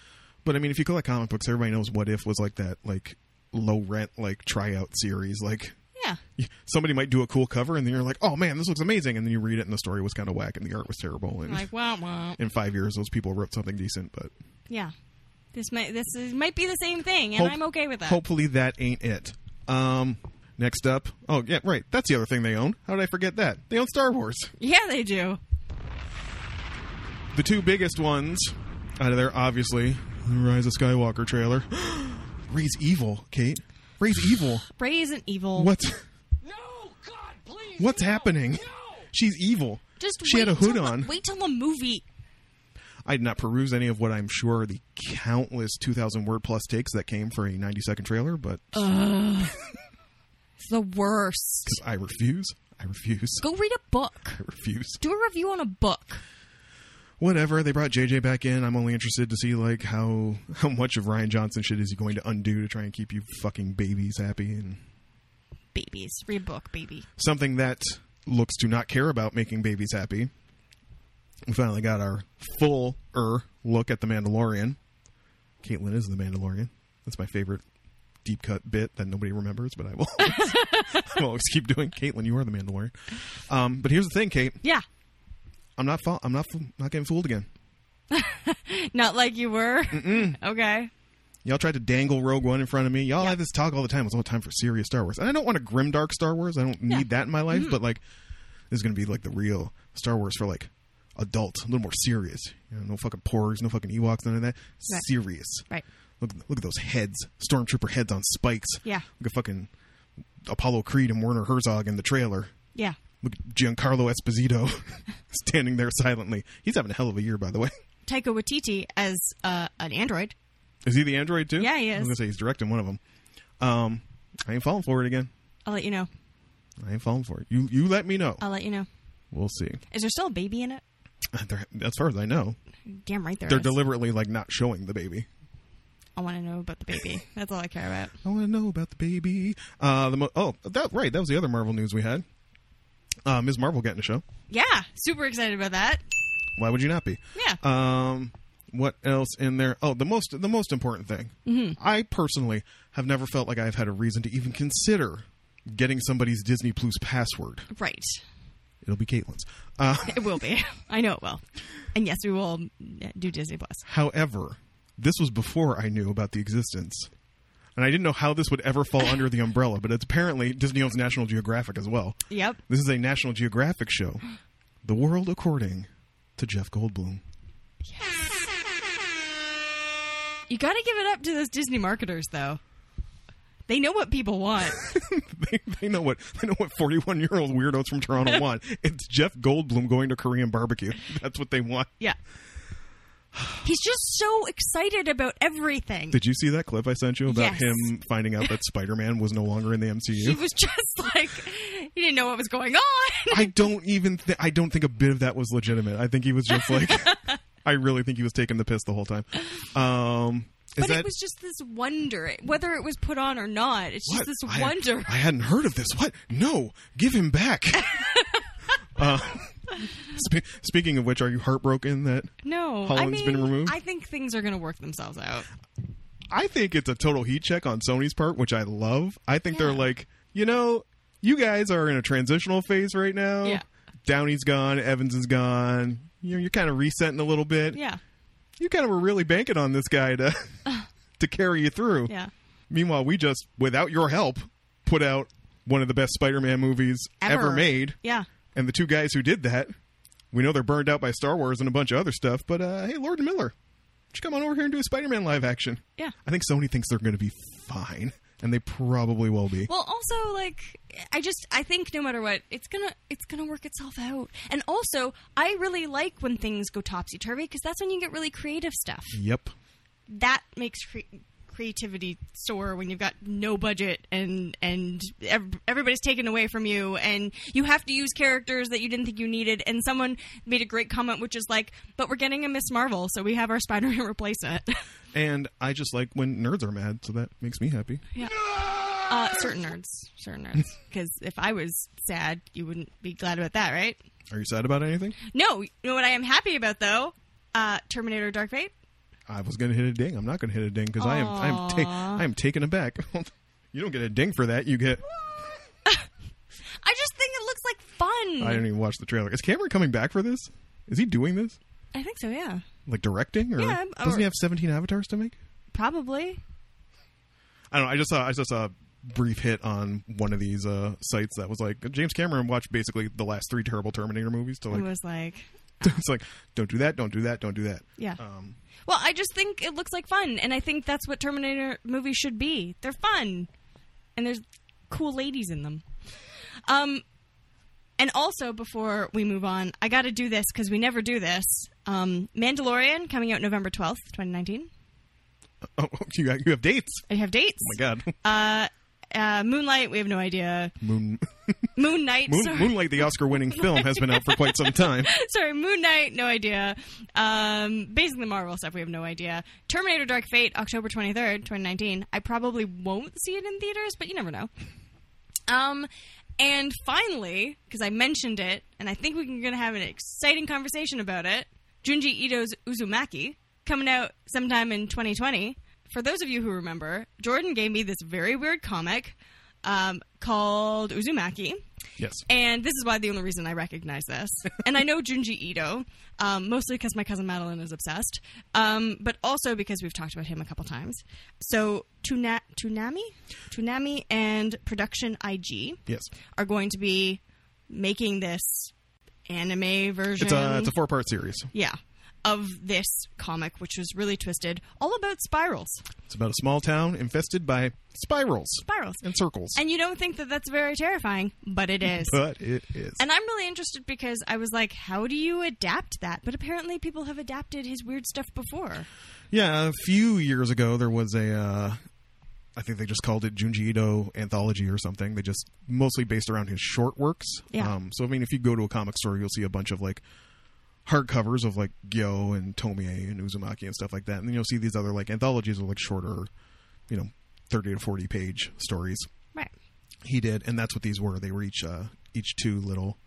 but I mean, if you collect comic books, everybody knows What If was like that, like low rent, like tryout series. Like
Yeah.
somebody might do a cool cover, and then you're like, oh man, this looks amazing, and then you read it, and the story was kind of whack, and the art was terrible, and
Like, wow, wow.
in five years, those people wrote something decent, but
Yeah. This might this is, might be the same thing, and
Hope-
I'm okay with that.
hopefully that ain't it. Um, next up, oh yeah, right, that's the other thing they own. How did I forget that? They own Star Wars.
Yeah, they do.
The two biggest ones out of there, obviously, the Rise of Skywalker trailer. Ray's evil, Kate. Ray's evil.
Ray isn't evil.
What?
No, God, please.
What's happening? She's evil.
Just
she
wait
had a hood
till the-
on.
Wait till the movie.
I did not peruse any of what I'm sure are the countless 2,000 word plus takes that came for a 90 second trailer, but
It's the worst.
'cause I refuse. I refuse.
Go read a book.
I refuse.
Do a review on a book.
Whatever. They brought JJ back in. I'm only interested to see like how how much of Ryan Johnson shit is he going to undo to try and keep you fucking babies happy and
Babies. Read a book, baby.
something that looks to not care about making babies happy. We finally got our full er look at the Mandalorian. Caitlin is the Mandalorian. That's my favorite deep cut bit that nobody remembers, but I will always, I will always keep doing. Caitlin, you are the Mandalorian. Um, but here's the thing, Kate.
Yeah.
I'm not. Fo- I'm not. fo- Not getting fooled again.
Not like you were. Okay.
Y'all tried to dangle Rogue One in front of me. Y'all have this talk all the time. It's all the time for serious Star Wars. And I don't want a grimdark Star Wars. I don't need that in my
Mm-hmm.
life. But, like, this is going to be, like, the real Star Wars for, like, adults. A little more serious. You know, no fucking porgs, no fucking Ewoks, none of that.
Right.
Serious.
Right.
Look, look at those heads. Stormtrooper heads on spikes.
Yeah.
Look at fucking Apollo Creed and Werner Herzog in the trailer.
Yeah.
Look at Giancarlo Esposito standing there silently. He's having a hell of a year, by the way.
Taika Waititi as uh, an android.
Is he the android too?
Yeah, he
I
is.
was gonna say he's directing one of them. Um, I ain't falling for it again.
I'll let you know.
I ain't falling for it. You you let me know.
I'll let you know.
we'll see.
Is there still a baby in it?
They're, as far as I know,
Damn right there
they're
is.
deliberately like not showing the baby.
I want to know about the baby. That's all I care about.
I want to know about the baby. Uh, the mo- oh that right that was the other Marvel news we had. Uh, Ms. Marvel getting a show.
Yeah. Super excited about that.
Why would you not be?
Yeah.
Um, what else in there? Oh, the most the most important thing.
Mm-hmm.
I personally have never felt like I've had a reason to even consider getting somebody's Disney Plus password.
right.
It'll be Caitlin's. Uh,
It will be. I know it will. And yes, we will uh, do Disney Plus.
However, this was before I knew about the existence. And I didn't know how this would ever fall under the umbrella, but it's apparently Disney owns National Geographic as well.
Yep.
This is a National Geographic show. The World According to Jeff Goldblum.
You got to give it up to those Disney marketers, though. They know what people want.
they, they know what they know what 41 year old weirdos from Toronto want. It's Jeff Goldblum going to Korean barbecue. That's what they want.
yeah. He's just so excited about everything.
Did you see that clip I sent you about
Yes.
him finding out that Spider Man was no longer in the
He
MCU?
was just like, he didn't know what was going on.
I don't even. Th- I don't think a bit of that was legitimate. I think he was just like. I really think he was taking the piss the whole time. Um, is
but
that
it was just this wonder, whether it was put on or not. It's
what?
just this
I,
wonder.
I hadn't heard of this. What? No, give him back. uh, spe- speaking of which, are you heartbroken that
no, I
Holland's
mean,
been removed?
I think things are going to work themselves out.
I think it's a total heat check on Sony's part, which I love. I think they're
Yeah.
like, you know, you guys are in a transitional phase right now.
Yeah.
Downey's gone, Evans is gone. You're, you're kind of resetting a little bit.
Yeah,
You kind of were really banking on this guy to to carry you through.
yeah.
Meanwhile, we just, without your help, put out one of the best Spider-Man movies ever,
Ever.
made.
Yeah.
And the two guys who did that, we know they're burned out by Star Wars and a bunch of other stuff. But uh, hey, Lord Miller, why don't you come on over here and do a Spider-Man live action?
Yeah.
I think Sony thinks they're going to be fine, and they probably will be.
Well, also like I just I think no matter what, it's gonna it's gonna work itself out. And also, I really like when things go topsy turvy because that's when you get really creative stuff.
yep.
That makes cre- creativity soar when you've got no budget and and ev- everybody's taken away from you and you have to use characters that you didn't think you needed. And someone made a great comment, which is like, "But we're getting a Miss Marvel, so we have our Spider-Man replacement."
And I just like when nerds are mad, so that makes me happy.
uh, certain nerds, certain nerds. Because if I was sad, you wouldn't be glad about that, right?
Are you sad about anything?
No, you know what I am happy about though? Uh, Terminator Dark Fate.
I was going to hit a ding. I'm not going to hit a ding because I am I am ta-
Aw.
I am taken aback. you don't get a ding for that. You get
I just think it looks like
I
fun.
didn't even watch the trailer. Is Cameron coming back for this? Is he doing this?
I, think so, yeah.
Like directing or
Yeah,
doesn't
or-
he have 17 avatars to make?
Probably.
I don't know. I just saw I just saw a brief hit on one of these uh, sites that was like James Cameron watched basically the last three terrible Terminator movies to
It
like
was like,
it's like don't do that, don't do that, don't do that.
yeah.
Um,
Well, I just think it looks like fun, and I think that's what Terminator movies should be. They're fun, and there's cool ladies in them. Um, And also, before we move on, I got to do this because we never do this. Um, Mandalorian coming out November 12th, 2019.
Oh, you have, you have dates.
I have dates.
Oh my god.
Uh, uh, Moonlight, we have no idea.
Moon,
Moon Knight,
Moon,
sorry.
Moonlight, the Oscar-winning film, has been out for quite some time.
sorry, Moon Knight, no idea. Um, basically, Marvel stuff, we have no idea. Terminator Dark Fate, October 23rd, 2019. I probably won't see it in theaters, but you never know. Um, and finally, because I mentioned it, and I think we're going to have an exciting conversation about it Junji Ito's Uzumaki, coming out sometime in 2020. For those of you who remember, Jordan gave me this very weird comic um, called Uzumaki.
Yes.
And this is why the only reason I recognize this. and I know Junji Ito, um, mostly because my cousin Madeline is obsessed, um, but also because we've talked about him a couple times. So Tuna- Toonami, Toonami and Production IG
Yes.
are going to be making this anime version.
It's a it's a four-part series.
yeah. Of this comic, which was really twisted, all about spirals.
It's about a small town infested by spirals
Spirals.
and circles.
And you don't think that that's very terrifying, but it is.
but it is.
And I'm really interested because I was like, how do you adapt that? But apparently people have adapted his weird stuff before.
Yeah, a few years ago there was a. Uh, I think they just called it Junji Ito anthology or something. They just mostly based around his short works.
Yeah.
Um, so I mean, if you go to a comic store, you'll see a bunch of like hardcovers of like Gyo and Tomie and Uzumaki and stuff like that, and then you'll see these other like anthologies of like shorter, you know, thirty to forty page stories.
Right.
He did, and that's what these were. They were each uh, each two little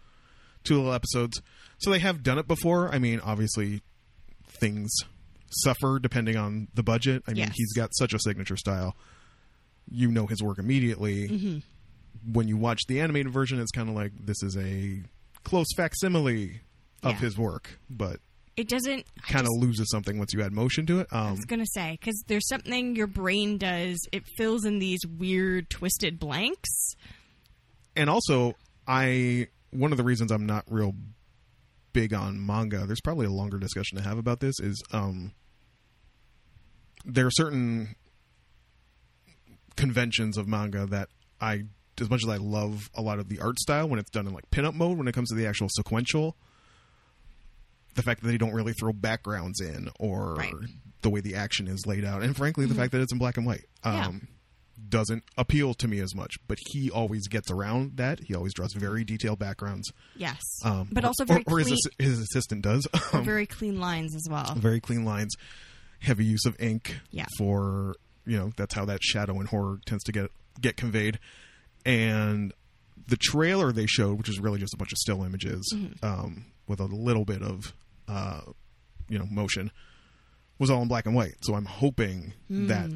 two little episodes. So they have done it before. I mean, obviously things suffer depending on the budget. I mean,
Yes.
he's got such a signature style. You know his work immediately.
Mm-hmm.
When you watch the animated version, it's kind of like this is a close facsimile of
Yeah.
his work, but
It doesn't.
kind of loses something once you add motion to it.
I
Um,
was going to say, because there's something your brain does, it fills in these weird, twisted blanks.
and also i one of the reasons i'm not real big on manga there's probably a longer discussion to have about this is um there are certain conventions of manga that i as much as i love a lot of the art style when it's done in like pinup mode when it comes to the actual sequential the fact that they don't really throw backgrounds in or
Right.
the way the action is laid out and frankly the fact that it's in black and white um
Mm-hmm. Yeah.
doesn't appeal to me as much, but he always gets around that. He always draws very detailed backgrounds.
Yes.
Um,
but
or-
also very,
or, or his,
clean,
assi- his assistant does.
or
Um, very,
very clean lines as well.
clean lines, heavy use of ink
Yeah.
for, you know, that's how that shadow and horror tends to get get conveyed. And the trailer they showed, which is really just a bunch of still images um, with a little bit of, uh, you know, motion, was all in black and white. So I'm hoping that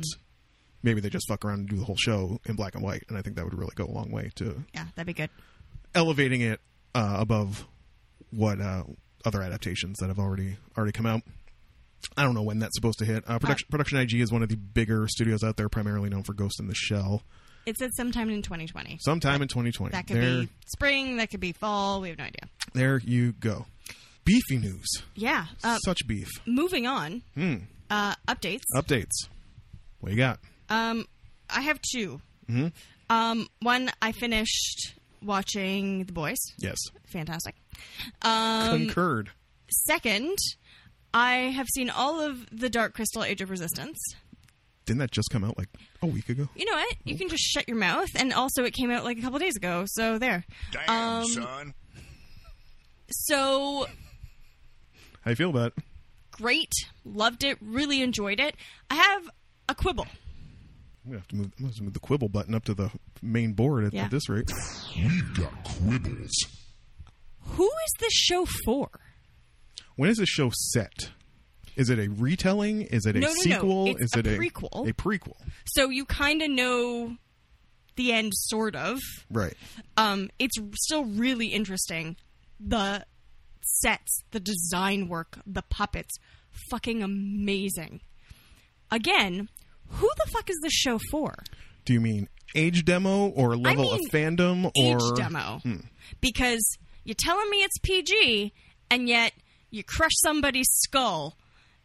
maybe they just fuck around and do the whole show in black and white. And I think that would really go a long way to
Yeah, that'd be good.
elevating it uh, above what uh, other adaptations that have already already come out. I don't know when that's supposed to hit. Uh, production, production IG is one of the bigger studios out there, primarily known for Ghost in the Shell.
It said sometime in 2020.
Sometime in 2020.
That could
there,
be spring, that could be fall. We have no idea.
there you go. Beefy news.
Yeah. Uh,
Such beef.
moving on.
Hmm.
Uh, updates.
Updates. What you got?
Um, I have 2 Um, one I finished watching The Boys.
Yes.
Fantastic. Um,
Concurred.
second, I have seen all of the Dark Crystal: Age of Resistance.
Didn't that just come out like a week ago?
You know what? You can just shut your mouth. And also, it came out like a couple days ago, so there.
Damn,
Um,
son.
So
How you feel about it?
great, loved it, really enjoyed it. I have a quibble.
I'm gonna have to move. I'm gonna have to move the quibble button up to the main board at,
Yeah.
at this rate.
Got quibbles.
Who is this show for?
When is this show set? Is it a retelling? Is it a
No, no, no.
sequel?
It's
Is
a
it
prequel.
A prequel,
So you kind of know the end, sort of.
right?
um, it's still really interesting. The sets, the design work, the puppets, fucking amazing. Again, who the fuck is this show for?
Do you mean age demo or level
mean
of fandom or
Age demo. Because you're telling me it's PG, and yet you crush somebody's skull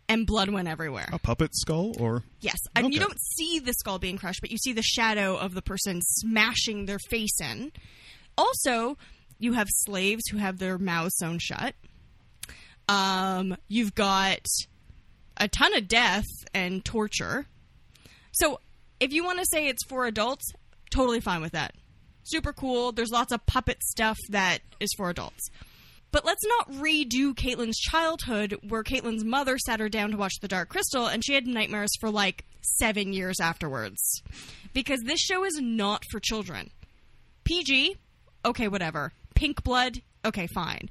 and blood went everywhere.
a puppet skull or
Yes. And you
Okay.
don't see the skull being crushed, but you see the shadow of the person smashing their face in. Also, you have slaves who have their mouths sewn shut. Um, you've got a ton of death and torture. So if you want to say it's for adults, totally fine with that. Super cool. There's lots of puppet stuff that is for adults. But let's not redo Caitlin's childhood, where Caitlin's mother sat her down to watch The Dark Crystal, and she had nightmares for like seven years afterwards. Because this show is not for children. PG, okay, whatever. Pink Blood, okay, fine.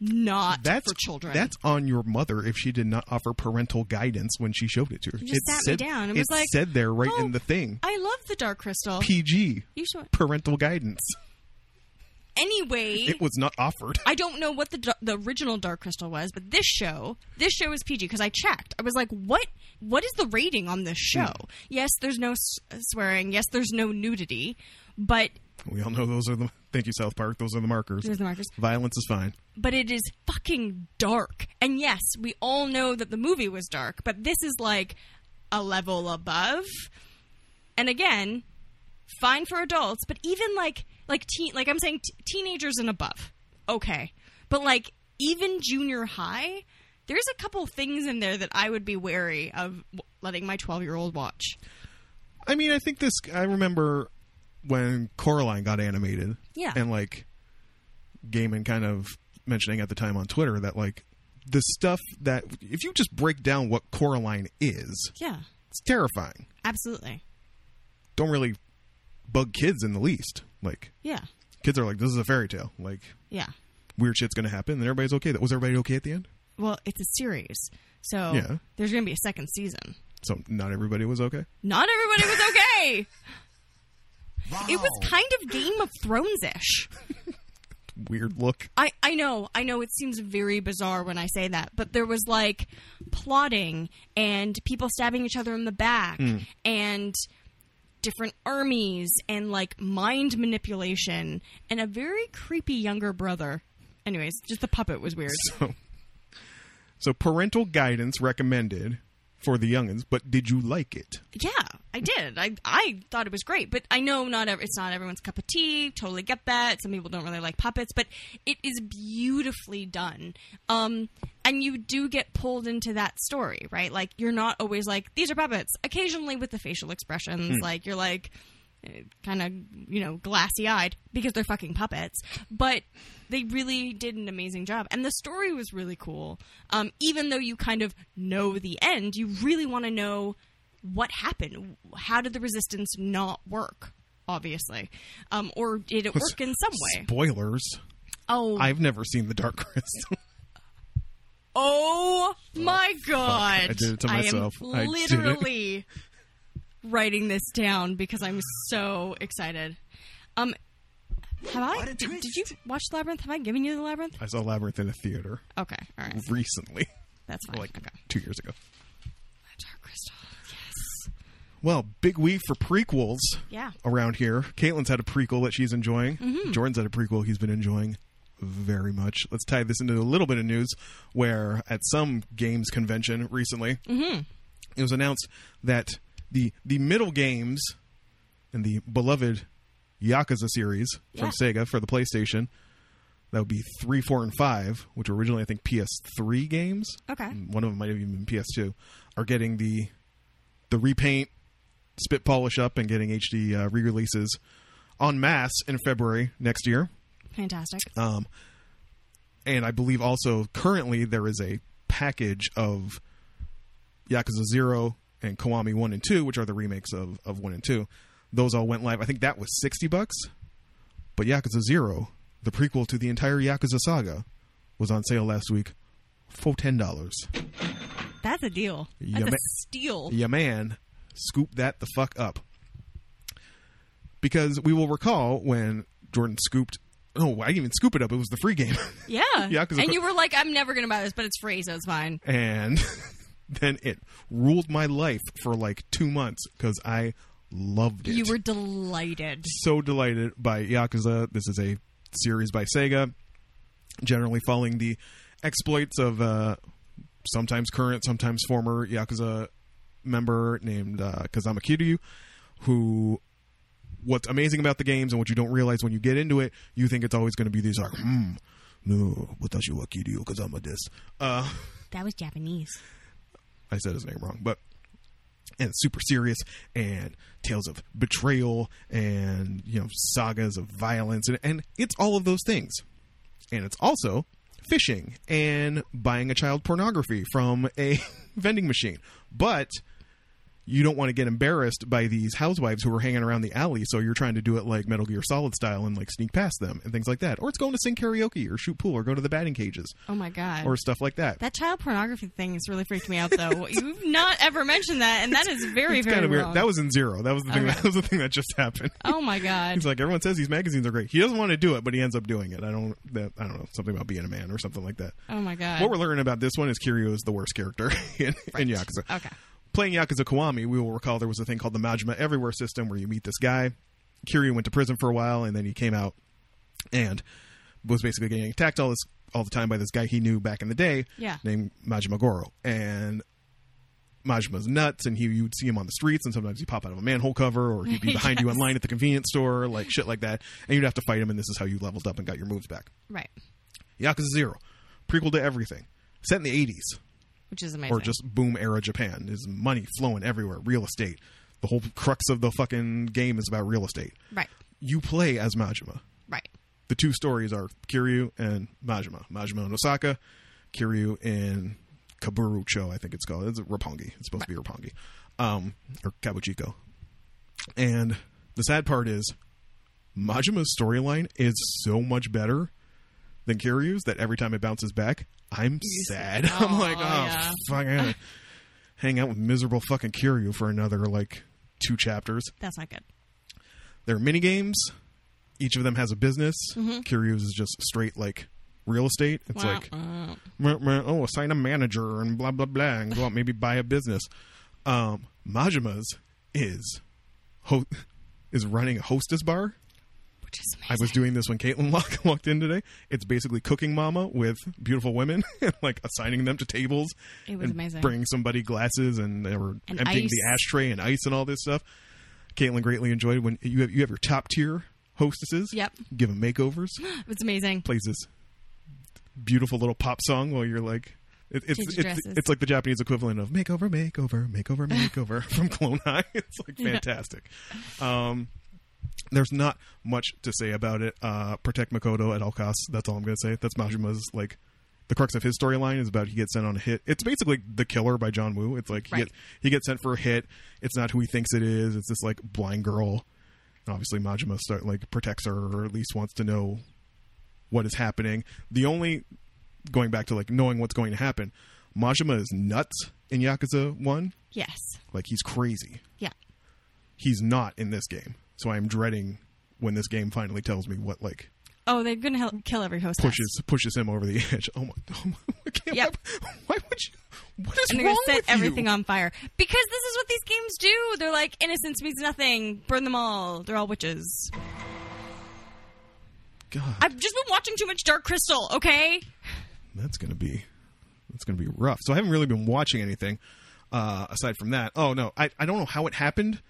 Not
That's
for children.
That's on your mother if she did not offer parental guidance when she showed it to her.
You just
it
sat
said,
me down. It was like
said there right
"Oh,
in the thing.
I love the Dark Crystal.
PG
you saw it.
parental guidance.
Anyway,
It was not offered.
I don't know what the d- the original Dark Crystal was, but this show, this show is PG because I checked. I was like, what what is the rating on this show? Yes, there's no s- swearing. Yes, there's no nudity, but
We all know those are the. Thank you, South Park. Those are the markers.
Those are the markers.
Violence is fine.
but it is fucking dark. And yes, we all know that the movie was dark, but this is like a level above. And again, fine for adults, but even like like teen like I'm saying t- teenagers and above. Okay. But like even junior high, there's a couple things in there that I would be wary of w- letting my 12-year-old watch.
I mean, I think this. I remember when Coraline got animated.
Yeah.
And like, Gaiman kind of mentioning at the time on Twitter that like the stuff that if you just break down what Coraline is,
Yeah.
it's terrifying.
Absolutely.
Don't really bug kids in the least. Like
Yeah.
kids are like, this is a fairy tale. Like
Yeah.
weird shit's gonna happen, and everybody's okay. That was everybody okay at the end.
Well, it's a series. So
Yeah.
there's going to be a second season.
So not everybody was okay.
not everybody was okay. It was kind of Game of Thrones ish.
Weird look.
I, I know, I know it seems very bizarre when I say that, but there was like plotting and people stabbing each other in the back and different armies and like mind manipulation and a very creepy younger brother. Anyways, just the puppet was weird.
So, so parental guidance recommended for the youngins, but did you like it?
Yeah, I did. I I thought it was great, but I know not ev- it's not everyone's cup of tea. Totally get that. Some people don't really like puppets, but it is beautifully done. Um, and you do get pulled into that story, right? Like you're not always like these are puppets. Occasionally with the facial expressions, like you're like kind of you know glassy eyed because they're fucking puppets but they really did an amazing job and the story was really cool um, even though you kind of know the end you really want to know what happened how did the resistance not work obviously um, or did it work in some way
Spoilers.
oh
I've never seen The Dark Crystal.
oh my god
I did it to
am
myself. I did it.
literally writing this down because i'm so excited um have I?
What a
Did, did
twist.
you watch Labyrinth? Have I given you the Labyrinth?
I saw Labyrinth in a theater
Okay, all right,
recently,
that's fine.
like
okay.
two years ago.
Dark Crystal. Yes.
Well, big week for prequels
Yeah. Mm-hmm.
around here. Caitlin's had a prequel that she's enjoying. Jordan's had a prequel he's been enjoying very much. Let's tie this into a little bit of news where at some games convention recently,
Mm-hmm.
it was announced that the the middle games and the beloved Yakuza series from
Yeah.
Sega for the PlayStation. That would be three, four, and five, which were originally I think PS3 games.
Okay.
And One of them might have even been PS2. Are getting the the repaint, spit polish up, and getting HD uh, re-releases en masse in February next year.
Fantastic.
Um, and I believe also currently there is a package of Yakuza Zero and Koami One and Two, which are the remakes of of One and Two. Those all went live. I think that was sixty bucks. But Yakuza Zero, the prequel to the entire Yakuza saga, was on sale last week for ten dollars.
That's a deal. That's
Yeah,
a
ma-
steal.
Ya man, scoop that the fuck up. Because we will recall when Jordan scooped. Oh, I didn't even scoop it up. It was the free game.
Yeah.
Yeah, 'cause of
and
cour-
you were like, I'm never gonna buy this, but it's free, so it's fine.
and then it ruled my life for like two months because I loved it.
You were delighted.
so delighted by Yakuza. This is a series by Sega, generally following the exploits of uh, sometimes current, sometimes former Yakuza member named uh, Kazama Kiryu, who what's amazing about the games and what you don't realize when you get into it. You think it's always going to be these like, hmm, no, watashi wa kiryu kazama desu. Uh,
That was Japanese.
I said his name wrong, but and it's super serious and tales of betrayal and you know sagas of violence and, and it's all of those things and it's also fishing and buying a child pornography from a vending machine but you don't want to get embarrassed by these housewives who are hanging around the alley so you're trying to do it like metal gear solid style and like sneak past them and things like that or it's going to sing karaoke or shoot pool or go to the batting cages
Oh my god.
or stuff like that
that child pornography thing has really freaked me out, though. You've not ever mentioned that, and that is very,
it's
very
kind of weird
wrong.
that was in zero that was the thing
Okay.
that was the thing that just happened
oh my god.
He's like, everyone says these magazines are great. He doesn't want to do it, but he ends up doing it. I don't. That, I don't know something about being a man or something like that.
oh my god.
What we're learning about this one is Kiryu is the worst character in, in Yakuza.
okay.
Playing Yakuza Kiwami, we will recall there was a thing called the Majima Everywhere system where you meet this guy. Kiryu went to prison for a while and then he came out and was basically getting attacked all this all the time by this guy he knew back in the day
Yeah.
named Majima Goro. And Majima's nuts, and he you'd see him on the streets, and sometimes he'd pop out of a manhole cover, or he'd be behind you in line at the convenience store, like shit like that. And you'd have to fight him, and this is how you leveled up and got your moves back.
Right.
Yakuza Zero, prequel to everything, set in the eighties
Which is amazing.
or just boom era Japan. There's money flowing everywhere, real estate. The whole crux of the fucking game is about real estate.
right.
You play as Majima.
Right.
The two stories are Kiryu and Majima. Majima in Osaka, Kiryu in Kaburucho, I think it's called. It's Roppongi. It's supposed to be Roppongi. Um, or Kabuchiko. And the sad part is Majima's storyline is so much better than Kiryu's that every time it bounces back, I'm sad. I'm like, oh,
yeah.
fuck, I gotta hang out with miserable fucking Kiryu for another, like, two chapters.
That's not good.
There are mini games. Each of them has a business. Kiryu's is just straight like real estate. It's
Wow.
like
Uh,
"Meh, meh, oh, assign a manager and blah blah blah, and go out maybe buy a business. Um, Majima's is ho- is running a hostess bar.
which is
I
amazing.
was doing this when Caitlin walk- walked in today. It's basically cooking mama with beautiful women and like assigning them to tables.
It was
and
amazing.
Bringing somebody glasses and they were
And
emptying
ice.
the ashtray and ice and all this stuff. Caitlin greatly enjoyed when you have you have your top tier hostesses.
Yep.
Give them makeovers.
It's amazing.
plays this beautiful little pop song while you're like. It, it's
Change
it's,
dresses.
it's like the Japanese equivalent of makeover, makeover, makeover, makeover from Clone High. It's like fantastic. Um, there's not much to say about it. Uh, protect Makoto at all costs. That's all I'm going to say. That's Majima's like the crux of his storyline is about he gets sent on a hit. It's basically the killer by John Woo. It's like he,
Right.
gets, he gets sent for a hit. It's not who he thinks it is. It's this like blind girl. And obviously Majima start like protects her or at least wants to know what is happening. The only going back to like knowing what's going to happen. Majima is nuts in Yakuza 1.
Yes.
Like he's crazy
Yeah.
he's not in this game. So I'm dreading when this game finally tells me what like
Oh, they're gonna hel- kill every hostess.
pushes pushes him over the edge. Oh my! Oh my I can't-
Yep.
Why would you? What is
And they're
wrong
gonna set
with
everything
you?
on fire because this is what these games do. They're like innocence means nothing. Burn them all. They're all witches.
God,
I've just been watching too much Dark Crystal. Okay.
that's gonna be that's gonna be rough. So I haven't really been watching anything uh, aside from that. Oh no, I I don't know how it happened.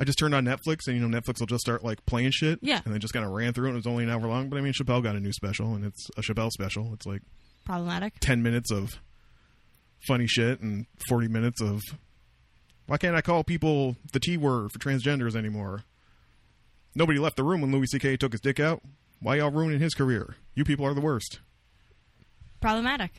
I just turned on Netflix, and you know Netflix will just start like playing shit,
Yeah.
and then just kind of ran through it. and It was only an hour long, but I mean Chappelle got a new special, and it's a Chappelle special. It's like
Problematic.
10 minutes of funny shit and 40 minutes of why can't I call people the T word for transgenders anymore? Nobody left the room when Louis C.K. took his dick out. Why y'all ruining his career? You people are the worst.
Problematic.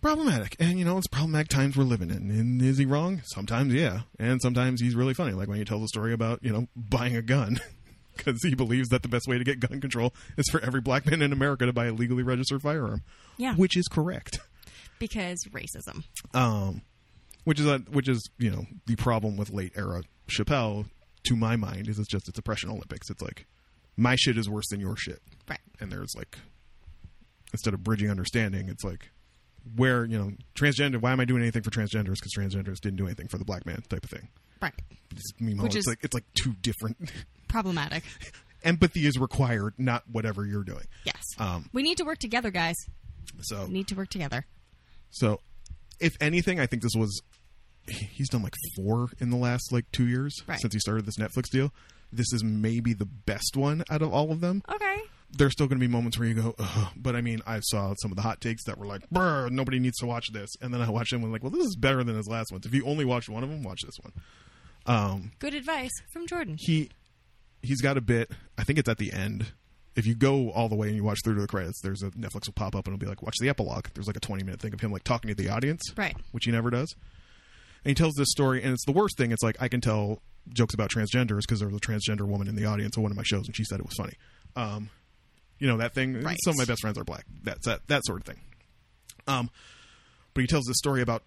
Problematic. And, you know, it's problematic times we're living in. And is he wrong? Sometimes, yeah. And sometimes he's really funny. Like when he tells a story about, you know, buying a gun. Because he believes that the best way to get gun control is for every black man in America to buy a legally registered firearm.
Yeah.
Which is correct.
Because racism.
um, which is a, which is you know the problem with late era Chappelle, to my mind, is it's just it's oppression Olympics. It's like my shit is worse than your shit,
Right.
and there's like instead of bridging understanding, it's like where you know transgender. Why am I doing anything for transgenders? Because transgenders didn't do anything for the black man type of thing.
Right.
It's- Meanwhile,
Which
it's
is-
like it's like two different.
Problematic.
Empathy is required, not whatever you're doing.
Yes.
Um,
we need to work together, guys.
So
We need to work together.
So, if anything, I think this was he- he's done like four in the last like two years
Right.
since he started this Netflix deal. this is maybe the best one out of all of them.
Okay.
There's still going to be moments where you go, Ugh. but I mean, I saw some of the hot takes that were like, "Brr, nobody needs to watch this," and then I watched them and was like, well, this is better than his last ones. If you only watched one of them, watch this one. Um,
Good advice from Jordan.
he he's got a bit. I think it's at the end. If you go all the way and you watch through to the credits, there's a Netflix will pop up and it'll be like, watch the epilogue. There's like a 20 minute thing of him like talking to the audience,
Right.
Which he never does. And he tells this story, and it's the worst thing. It's like I can tell jokes about transgenders because there was a transgender woman in the audience at one of my shows, and she said it was funny. Um, you know that thing.
Right.
Some of my best friends are black. That's that that sort of thing. Um, but he tells this story about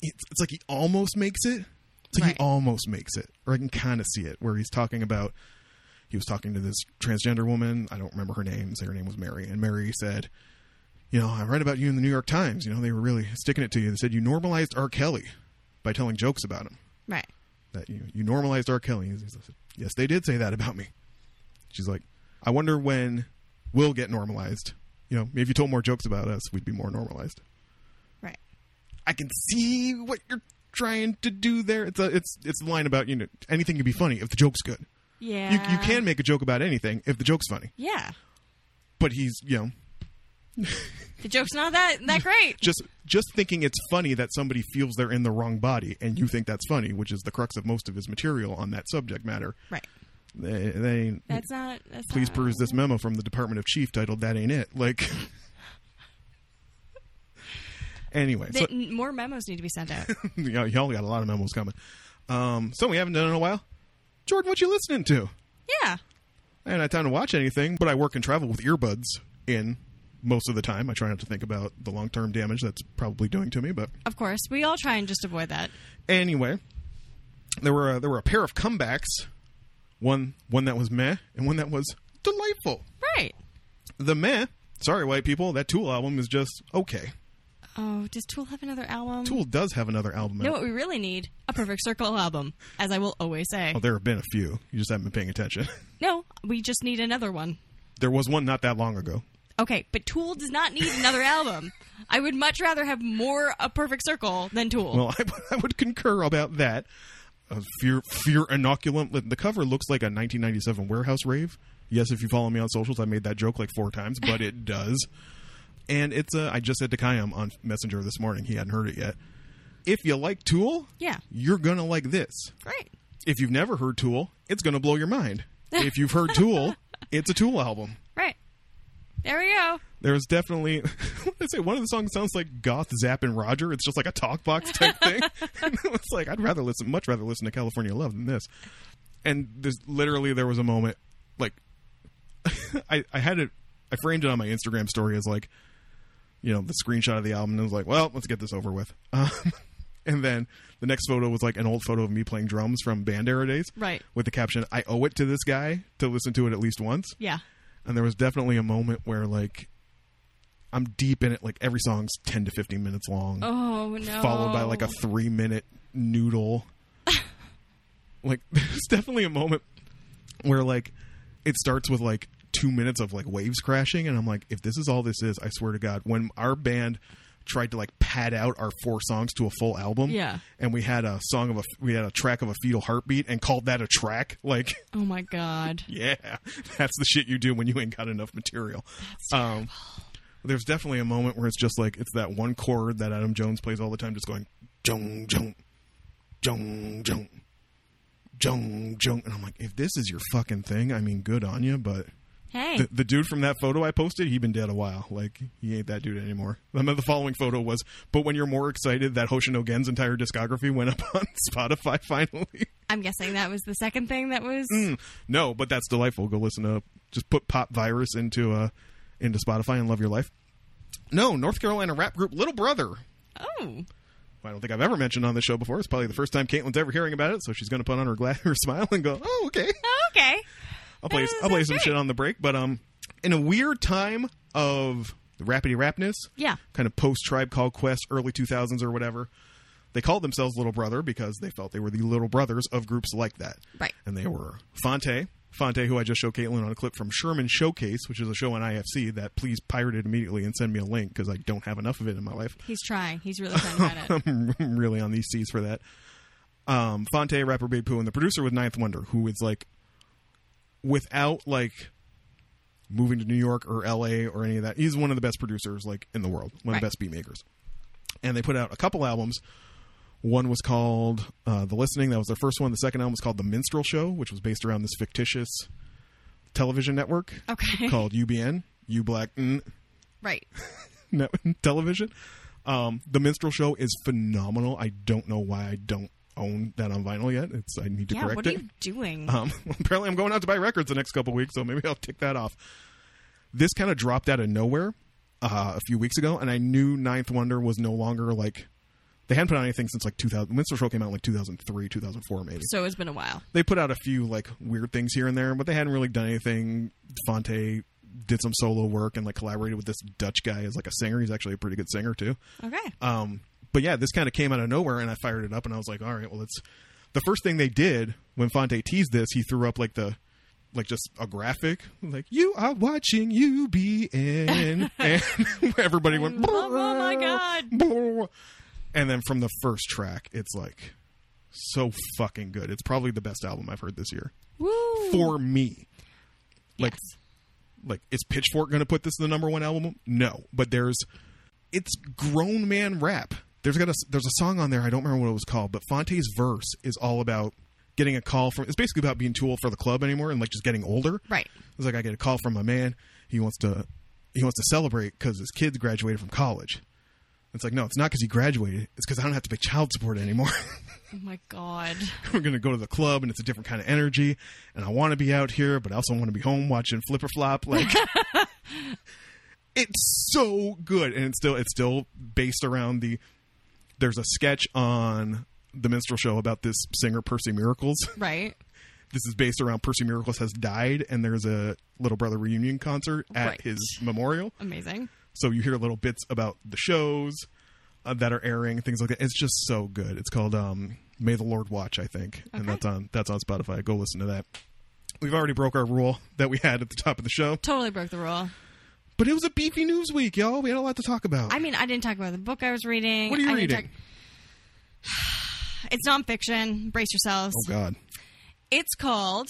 it's, it's like he almost makes it. It's like
Right.
he almost makes it, or I can kind of see it, where he's talking about he was talking to this transgender woman. I don't remember her name. Say her name was Mary, and Mary said, "You know, I read about you in the New York Times. You know, they were really sticking it to you. They said you normalized R. Kelly by telling jokes about him.
Right.
That you you normalized R. Kelly." He's- he's like, yes, they did say that about me. She's like, "I wonder when we'll get normalized. You know, if you told more jokes about us, we'd be more normalized."
Right.
I can see what you're trying to do there. It's a, it's it's the line about you know anything can be funny if the joke's good.
Yeah.
You you can make a joke about anything if the joke's funny.
Yeah.
But he's you know
The joke's not that that great.
just just thinking it's funny that somebody feels they're in the wrong body and you think that's funny, which is the crux of most of his material on that subject matter.
right.
They, they
That's not. That's
please
not-
peruse this memo from the Department of Chief titled "That Ain't It." Like. Anyway,
That-
so
more memos need to be sent out.
y'all y'all got a lot of memos coming. Um, so we haven't done in a while. Jordan, what you listening to?
yeah.
I haven't had time to watch anything, but I work and travel with earbuds in most of the time. I try not to think about the long term damage that's probably doing to me. But
Of course, we all try and just avoid that.
anyway, there were a, there were a pair of comebacks, one one that was meh and one that was delightful.
Right.
The meh, sorry white people, that Tool album is just okay.
Oh, does Tool have another album?
Tool does have another album.
You know
out.
what we really need? A Perfect Circle album, as I will always say.
Oh, there have been a few. You just haven't been paying attention.
no, we just need another one.
there was one not that long ago.
Okay, but Tool does not need another album. I would much rather have more A Perfect Circle than Tool.
Well, I, would- I would concur about that. Uh, fear, fear inoculum. The cover looks like a 1997 warehouse rave. Yes, if you follow me on socials, I made that joke like four times, but it does. And it's uh, I just said to Kayam on Messenger this morning. He hadn't heard it yet. If you like Tool,
Yeah.
you're gonna like this.
Great.
If you've never heard Tool, it's gonna blow your mind. If you've heard Tool, it's a Tool album.
Right. There we go.
There's definitely, what did I say? One of the songs sounds like Goth, Zap, and Roger. It's just like a talk box type thing. it's like I'd rather listen, much rather listen to California Love than this. And there's literally there was a moment, like I, I had it, I framed it on my Instagram story as like, you know, the screenshot of the album. And I was like, well, let's get this over with. Um, and then the next photo was like an old photo of me playing drums from Band Era days,
Right.
With the caption, "I owe it to this guy to listen to it at least once."
Yeah.
and there was definitely a moment where like I'm deep in it. Like every song's ten to fifteen minutes long,
Oh no.
followed by like a three minute noodle. like there's definitely a moment where like it starts with like two minutes of like waves crashing, and I'm like, if this is all this is, I swear to God, when our band tried to like pad out our four songs to a full album,
Yeah.
and we had a song of a we had a track of a fetal heartbeat and called that a track, like.
Oh my god.
Yeah, that's the shit you do when you ain't got enough material. um, there's definitely a moment where it's just like it's that one chord that Adam Jones plays all the time, just going jung jung jung jung jung jung, and I'm like, if this is your fucking thing, I mean, good on you, but.
Hey.
The, the dude from that photo I posted, he'd been dead a while. Like he ain't that dude anymore. I mean, the following photo was, but when you're more excited, that Hoshino Gen's entire discography went up on Spotify finally.
I'm guessing that was the second thing that was
Mm. No, but that's delightful. Go listen to just put Pop Virus into uh into Spotify and love your life. No, North Carolina rap group Little Brother. who
Oh.
I don't think I've ever mentioned on the show before. It's probably the first time Caitlin's ever hearing about it, so she's going to put on her glad her smile and go, "Oh, okay."
Okay.
I'll play
Oh,
I'll play
that's
some
great.
shit on the break, but um, in a weird time of the rapidy rapness,
Yeah.
kind of post Tribe Call Quest, early two thousands or whatever. They called themselves Little Brother because they felt they were the little brothers of groups like that.
Right.
And they were Fonte, Fonte, who I just showed Caitlin on a clip from Sherman Showcase, which is a show on IFC that please pirate it immediately and send me a link because I don't have enough of it in my life.
He's trying. He's really trying to find it.
I'm really on these seas for that. um, Fonte, rapper Big Pooh, and the producer with Ninth Wonder, who is like, without like moving to New York or L.A. or any of that, he's one of the best producers like in the world, one of
Right.
the best beat makers. And they put out a couple albums. One was called uh, "The Listening." That was their first one. The second album was called "The Minstrel Show," which was based around this fictitious television network
Okay.
called UBN, U Black mm, N
Right.
net- television. Um, the Minstrel Show is phenomenal. I don't know why I don't own that on vinyl yet. It's I need to
Yeah,
correct
what are
it.
you doing?
Um, apparently, I'm going out to buy records the next couple weeks, so maybe I'll tick that off. This kind of dropped out of nowhere uh, a few weeks ago, and I knew Ninth Wonder was no longer like they hadn't put out anything since like 2000. Minstrel Show came out in, like 2003, 2004, maybe
so it's been a while.
they put out a few like weird things here and there, but they hadn't really done anything. Fonte did some solo work and like collaborated with this Dutch guy as like a singer. He's actually a pretty good singer too.
Okay.
Um, but yeah, this kind of came out of nowhere, and I fired it up, and I was like, all right, well, it's the first thing they did when Fonte teased this. He threw up like the like just a graphic, like you are watching UBN, and everybody went,
Oh, oh my God.
Blah. And then from the first track, it's like so fucking good. It's probably the best album I've heard this year
Woo.
for me. Like,
Yes.
like is Pitchfork going to put this in the number one album? No, but there's it's grown man rap. There's got a there's a song on there I don't remember what it was called, but Fonte's verse is all about getting a call from. It's basically about being too old for the club anymore and like just getting older.
Right.
It's like I get a call from my man. He wants to he wants to celebrate because his kids graduated from college. It's like no, it's not because he graduated. It's because I don't have to pay child support anymore.
Oh my God.
we're going to go to the club and it's a different kind of energy and i want to be out here but i also want to be home watching flipper flop like it's so good and it's still it's still based around the there's a sketch on the minstrel show about this singer percy miracles
Right.
this is based around percy miracles has died and there's a little brother reunion concert at
Right.
his memorial
Amazing.
so you hear little bits about the shows uh, that are airing, things like that. It's just so good. It's called um, "May the Lord Watch," I think, and
Okay.
that's on that's on Spotify. Go listen to that. We've already broke our rule that we had at the top of the show,
Totally broke the rule.
but it was a beefy news week, y'all. We had a lot to talk about.
I mean, I didn't talk about the book I was reading.
what are you
I didn't
reading?
talk- it's nonfiction. Brace yourselves.
Oh God,
It's called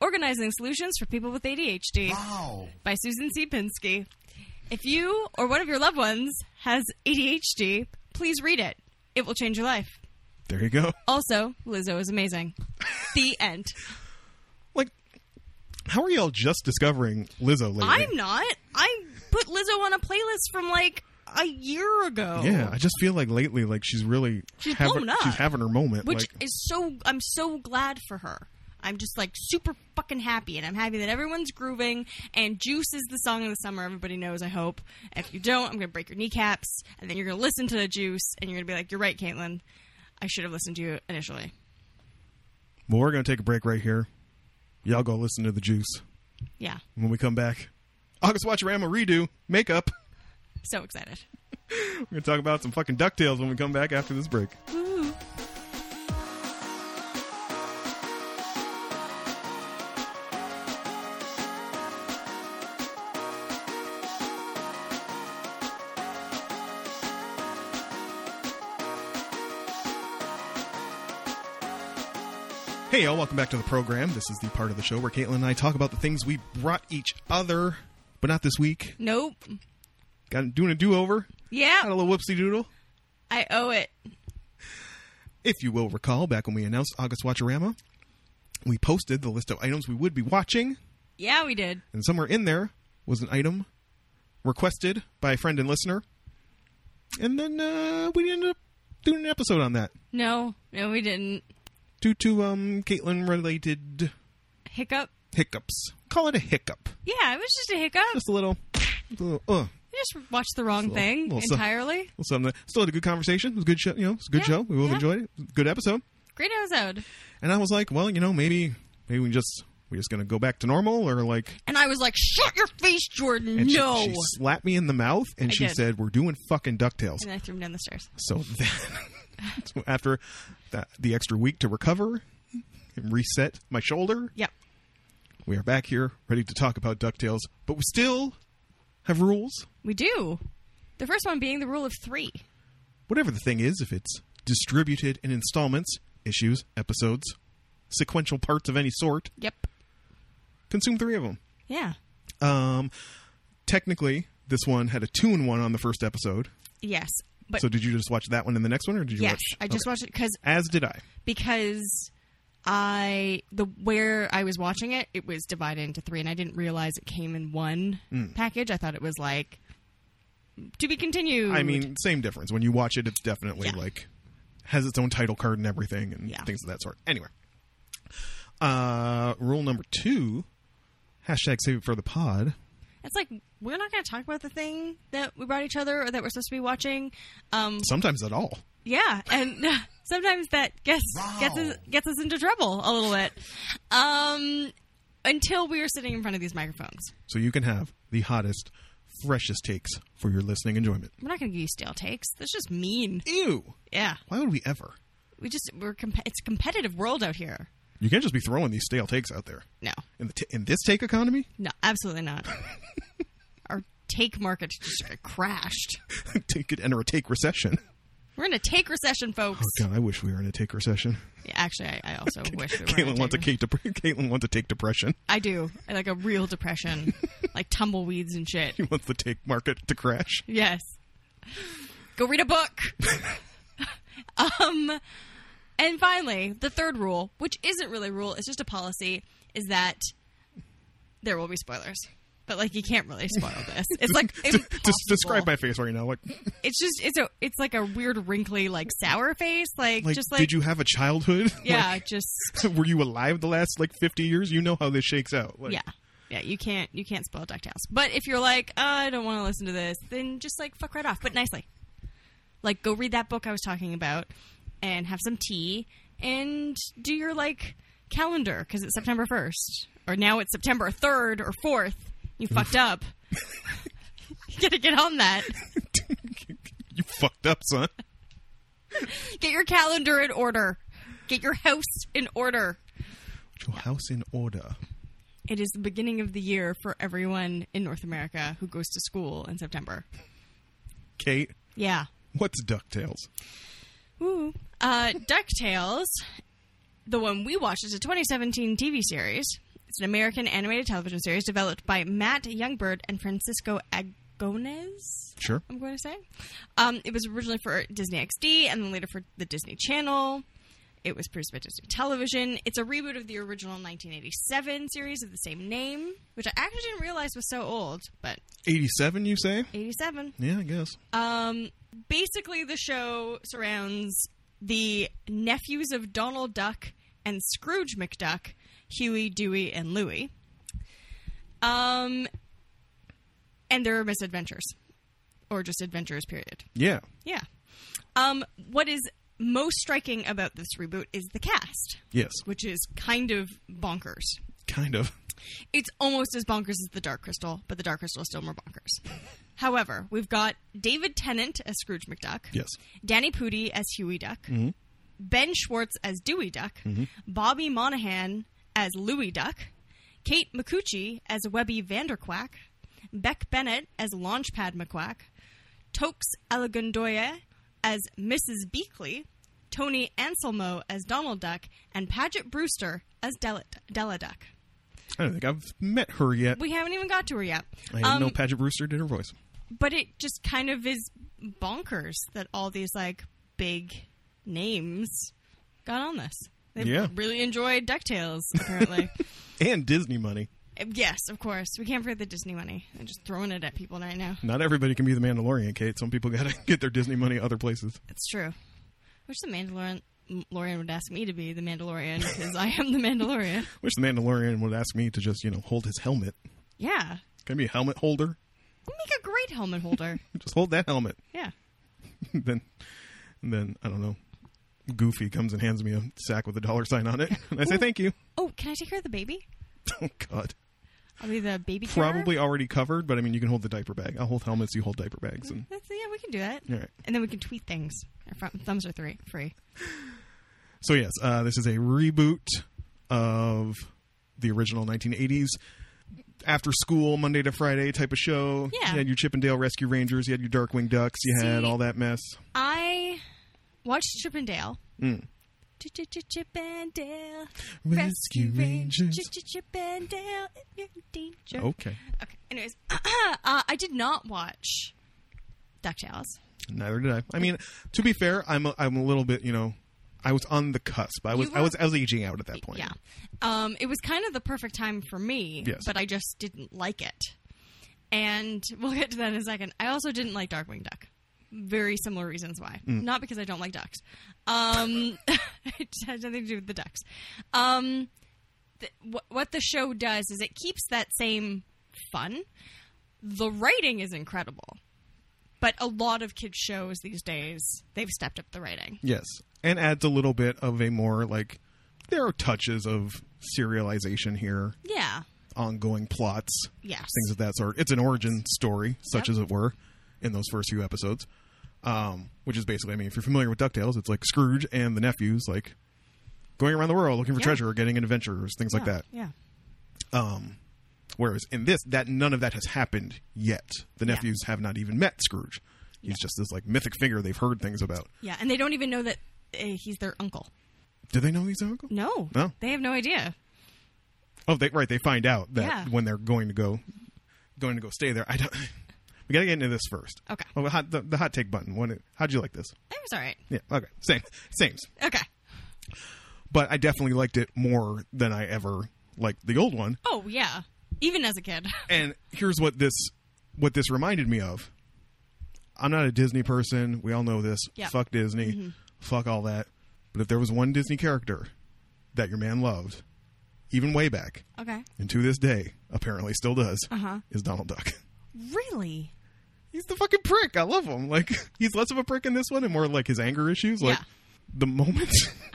Organizing Solutions for People with ADHD
Wow.
by Susan C. Pinsky. If you or one of your loved ones has ADHD, please read it. It will change your life.
there you go.
Also, Lizzo is amazing. the end.
Like, how are y'all just discovering Lizzo lately?
I'm not. I put Lizzo on a playlist from like a year ago.
yeah, I just feel like lately, like she's really
She's
having
blown up.
she's having her moment.
which
like,
is so I'm so glad for her. I'm just like super fucking happy, and I'm happy that everyone's grooving. And "Juice" is the song of the summer. Everybody knows. I hope. If you don't, I'm gonna break your kneecaps, and then you're gonna listen to "Juice," and you're gonna be like, "You're right, Caitlin. I should have listened to you initially."
well, we're gonna take a break right here. Y'all go listen to the juice.
Yeah,
when we come back. August Watcherama redo makeup.
so excited.
We're gonna talk about some fucking Ducktales when we come back after this break. Hey y'all, welcome back to the program. This is the part of the show where Caitlin and I talk about the things we brought each other, but not this week.
Nope.
Got doing a do-over. Got a
Yeah,
little whoopsie doodle.
I owe it.
If you will recall, back when we announced August Watcherama, we posted the list of items we would be watching,
Yeah, we did.
and somewhere in there was an item requested by a friend and listener. And then uh, we ended up doing an episode on that
No, no, we didn't.
due to um, Caitlin related
Hiccup.
hiccups. Call it a hiccup.
Yeah, it was just a hiccup.
Just a little. a little, uh,
I just watched the wrong
Little-
thing
little stuff.
entirely.
little something. Still had a good conversation. It was a good show. You know, it's a good
Yeah,
show. We both
yeah.
enjoyed it. Good episode.
Great episode.
And I was like, well, you know, maybe maybe we just we're just gonna go back to normal or like
And I was like, shut your face, Jordan.
And she-
no.
she, slapped me in the mouth and
I
she
did.
said, "We're doing fucking Ducktales."
and I threw him down the stairs.
So, then, so after that, the extra week to recover and reset my shoulder,
Yep.
we are back here ready to talk about Ducktales, but we still have rules.
We do. The first one being the rule of three.
Whatever the thing is, if it's distributed in installments, issues, episodes, sequential parts of any sort.
Yep.
Consume three of them.
Yeah.
Um, technically, this one had a two in one on the first episode.
Yes. But
so did you just watch that one and the next one, or did you
yes,
watch?
I just
okay.
watched it because
As did I.
because I the where I was watching it, it was divided into three, and I didn't realize it came in one
Hmm.
package. I thought it was like to be continued.
I mean, same difference. When you watch it, it's definitely
Yeah.
like has its own title card and everything and
Yeah.
things of that sort. Anyway, uh, rule number two: hashtag save it for the pod.
it's like we're not going to talk about the thing that we brought each other or that we're supposed to be watching. Um,
Sometimes at all.
yeah, and sometimes that gets gets us, gets us into trouble a little bit. Um, until we are sitting in front of these microphones,
so you can have the hottest, freshest takes for your listening enjoyment.
we're not going to give you stale takes. That's just mean.
Ew!
Yeah,
Why would we ever?
we just we're comp- it's a competitive world out here.
You can't just be throwing these stale takes out there
No,
in the t- in this take economy.
No, absolutely not. Our take market just uh, crashed.
you could enter a take recession.
We're in a take recession, folks.
Oh God, I wish we were in a take recession.
Yeah, Actually, I, I also wish we were. in
Caitlin wants a cake
take-
dep- Caitlin wants a take depression.
I do. I like a real depression, like tumbleweeds and shit.
She wants the take market to crash.
Yes. Go read a book. um, and finally, the third rule, which isn't really a rule, it's just a policy, is that there will be spoilers. But like, you can't really spoil this. It's like
Just describe
impossible.
my face right now. Like,
it's just it's a it's like a weird wrinkly like sour face like,
like,
just like
did you have a childhood?
yeah just
Like, were you alive the last like fifty years? You know how this shakes out. Like,
yeah yeah you can't you can't spoil DuckTales but if you're like I don't want to listen to this then just like fuck right off but nicely like go read that book I was talking about and have some tea and do your like calendar because it's September first or now it's September third or fourth you fucked up you gotta get on that
you fucked up, son.
get your calendar in order get your house in order.
Put your house in order.
It is the beginning of the year for everyone in North America who goes to school in September.
Kate,
Yeah.
what's Ducktales?
Woo. Uh, DuckTales, the one we watched, is a 2017 TV series. It's an American animated television series developed by Matt Youngbird and Francisco Agones.
Sure.
I'm going to say. Um, it was originally for Disney XD and then later for the Disney Channel. It was produced by Disney Television. It's a reboot of the original 1987 series of the same name, which I actually didn't realize was so old, but
87, you say?
87.
Yeah, I guess.
Um, basically, the show surrounds the nephews of Donald Duck and Scrooge McDuck, Huey, Dewey, and Louie. Um, and their misadventures, or just adventures, period.
Yeah.
Yeah. Um, what is most striking about this reboot is the cast,
Yes.
which is kind of bonkers.
Kind of.
It's almost as bonkers as the Dark Crystal, but the Dark Crystal is still more bonkers. However, we've got David Tennant as Scrooge McDuck,
Yes.
Danny Pudi as Huey Duck, Ben Schwartz as Dewey Duck, Bobby Monahan as Louie Duck, Kate McCucci as Webby Vanderquack, Beck Bennett as Launchpad McQuack, Tokes Alagondoya as Mrs. Beakley, Tony Anselmo as Donald Duck, and Paget Brewster as Della, Della Duck.
I don't think I've met her yet.
We haven't even got to her yet.
I didn't
Um,
know Paget Brewster did her voice.
but it just kind of is bonkers that all these like big names got on this. They
Yeah.
really enjoyed DuckTales, apparently.
And Disney money.
yes, of course. We can't forget the Disney money. I'm just throwing it at people right now.
Not everybody can be the Mandalorian, Kate. Some people gotta get their Disney money other places.
It's true. Wish the Mandalorian Mandalorian would ask me to be the Mandalorian because I am the Mandalorian.
Wish the Mandalorian would ask me to just, you know, hold his helmet.
Yeah.
Can I be a helmet holder?
You make a great helmet holder.
Just hold that helmet.
Yeah.
then and then I don't know. Goofy comes and hands me a sack with a dollar sign on it. And I say thank you.
Oh, can I take care of the baby?
Oh god.
I'll be the baby carer.
Probably already covered, but I mean you can hold the diaper bag. I'll hold helmets, you hold diaper bags and
That's, yeah, we can do that.
all right.
And then we can tweet things. Our front thumbs are three, free.
So yes, uh, this is a reboot of the original 1980s after school Monday to Friday type of show.
Yeah.
You had your Chippendale Rescue Rangers, you had your Darkwing Ducks, you had
See-
all that mess.
I watched Chip and Dale, Chip and Dale.
Mm. Rescue Rangers.
Chip and Dale. You're in danger.
Okay.
Okay. Anyways, uh, I did not watch DuckTales.
Neither did I. I mean, to be fair, I'm a, I'm a little bit, you know, I was on the cusp. I was
You
I
were-
was I was aging out at that point.
Yeah. Um, it was kind of the perfect time for me,
Yes.
but I just didn't like it. And we'll get to that in a second. I also didn't like Darkwing Duck. Very similar reasons why.
Mm.
Not because I don't like ducks. Um, it had nothing to do with the ducks. Um, th- wh- what the show does is it keeps that same fun. The writing is incredible. But a lot of kids' shows these days, they've stepped up the writing.
Yes. And adds a little bit of a more like there are touches of serialization here,
Yeah.
ongoing plots,
Yes.
things of that sort. It's an origin story, such
Yep.
as it were, in those first few episodes. Um, which is basically, I mean, if you're familiar with DuckTales, it's like Scrooge and the nephews, like going around the world looking for
Yeah.
treasure or getting an adventure or things like
Yeah,
that.
Yeah.
Um, whereas in this, that none of that has happened yet. The
Yeah.
nephews have not even met Scrooge. He's just this like mythic figure they've heard things about.
Yeah, and they don't even know that uh, he's their uncle.
Do they know he's an uncle?
No,
No.
they have no idea.
Oh, they right. They find out that
Yeah.
when they're going to go, going to go stay there. I don't. We gotta get into this first.
Okay.
Oh, the hot, the, the hot take button. What? How'd you like this?
It was all right.
Yeah. Okay. Same. Same.
Okay.
But I definitely liked it more than I ever liked the old one.
Oh yeah, even as a kid.
And here's what this what this reminded me of. I'm not a Disney person. We all know this.
Yeah. Mm-hmm.
Fuck Disney. Fuck all that. But if there was one Disney character that your man loved, even way back
Okay.
and to this day apparently still does,
Uh-huh.
is Donald Duck.
Really?
He's the fucking prick. I love him. Like he's less of a prick in this one and more like his anger issues. Like
Yeah.
the moment.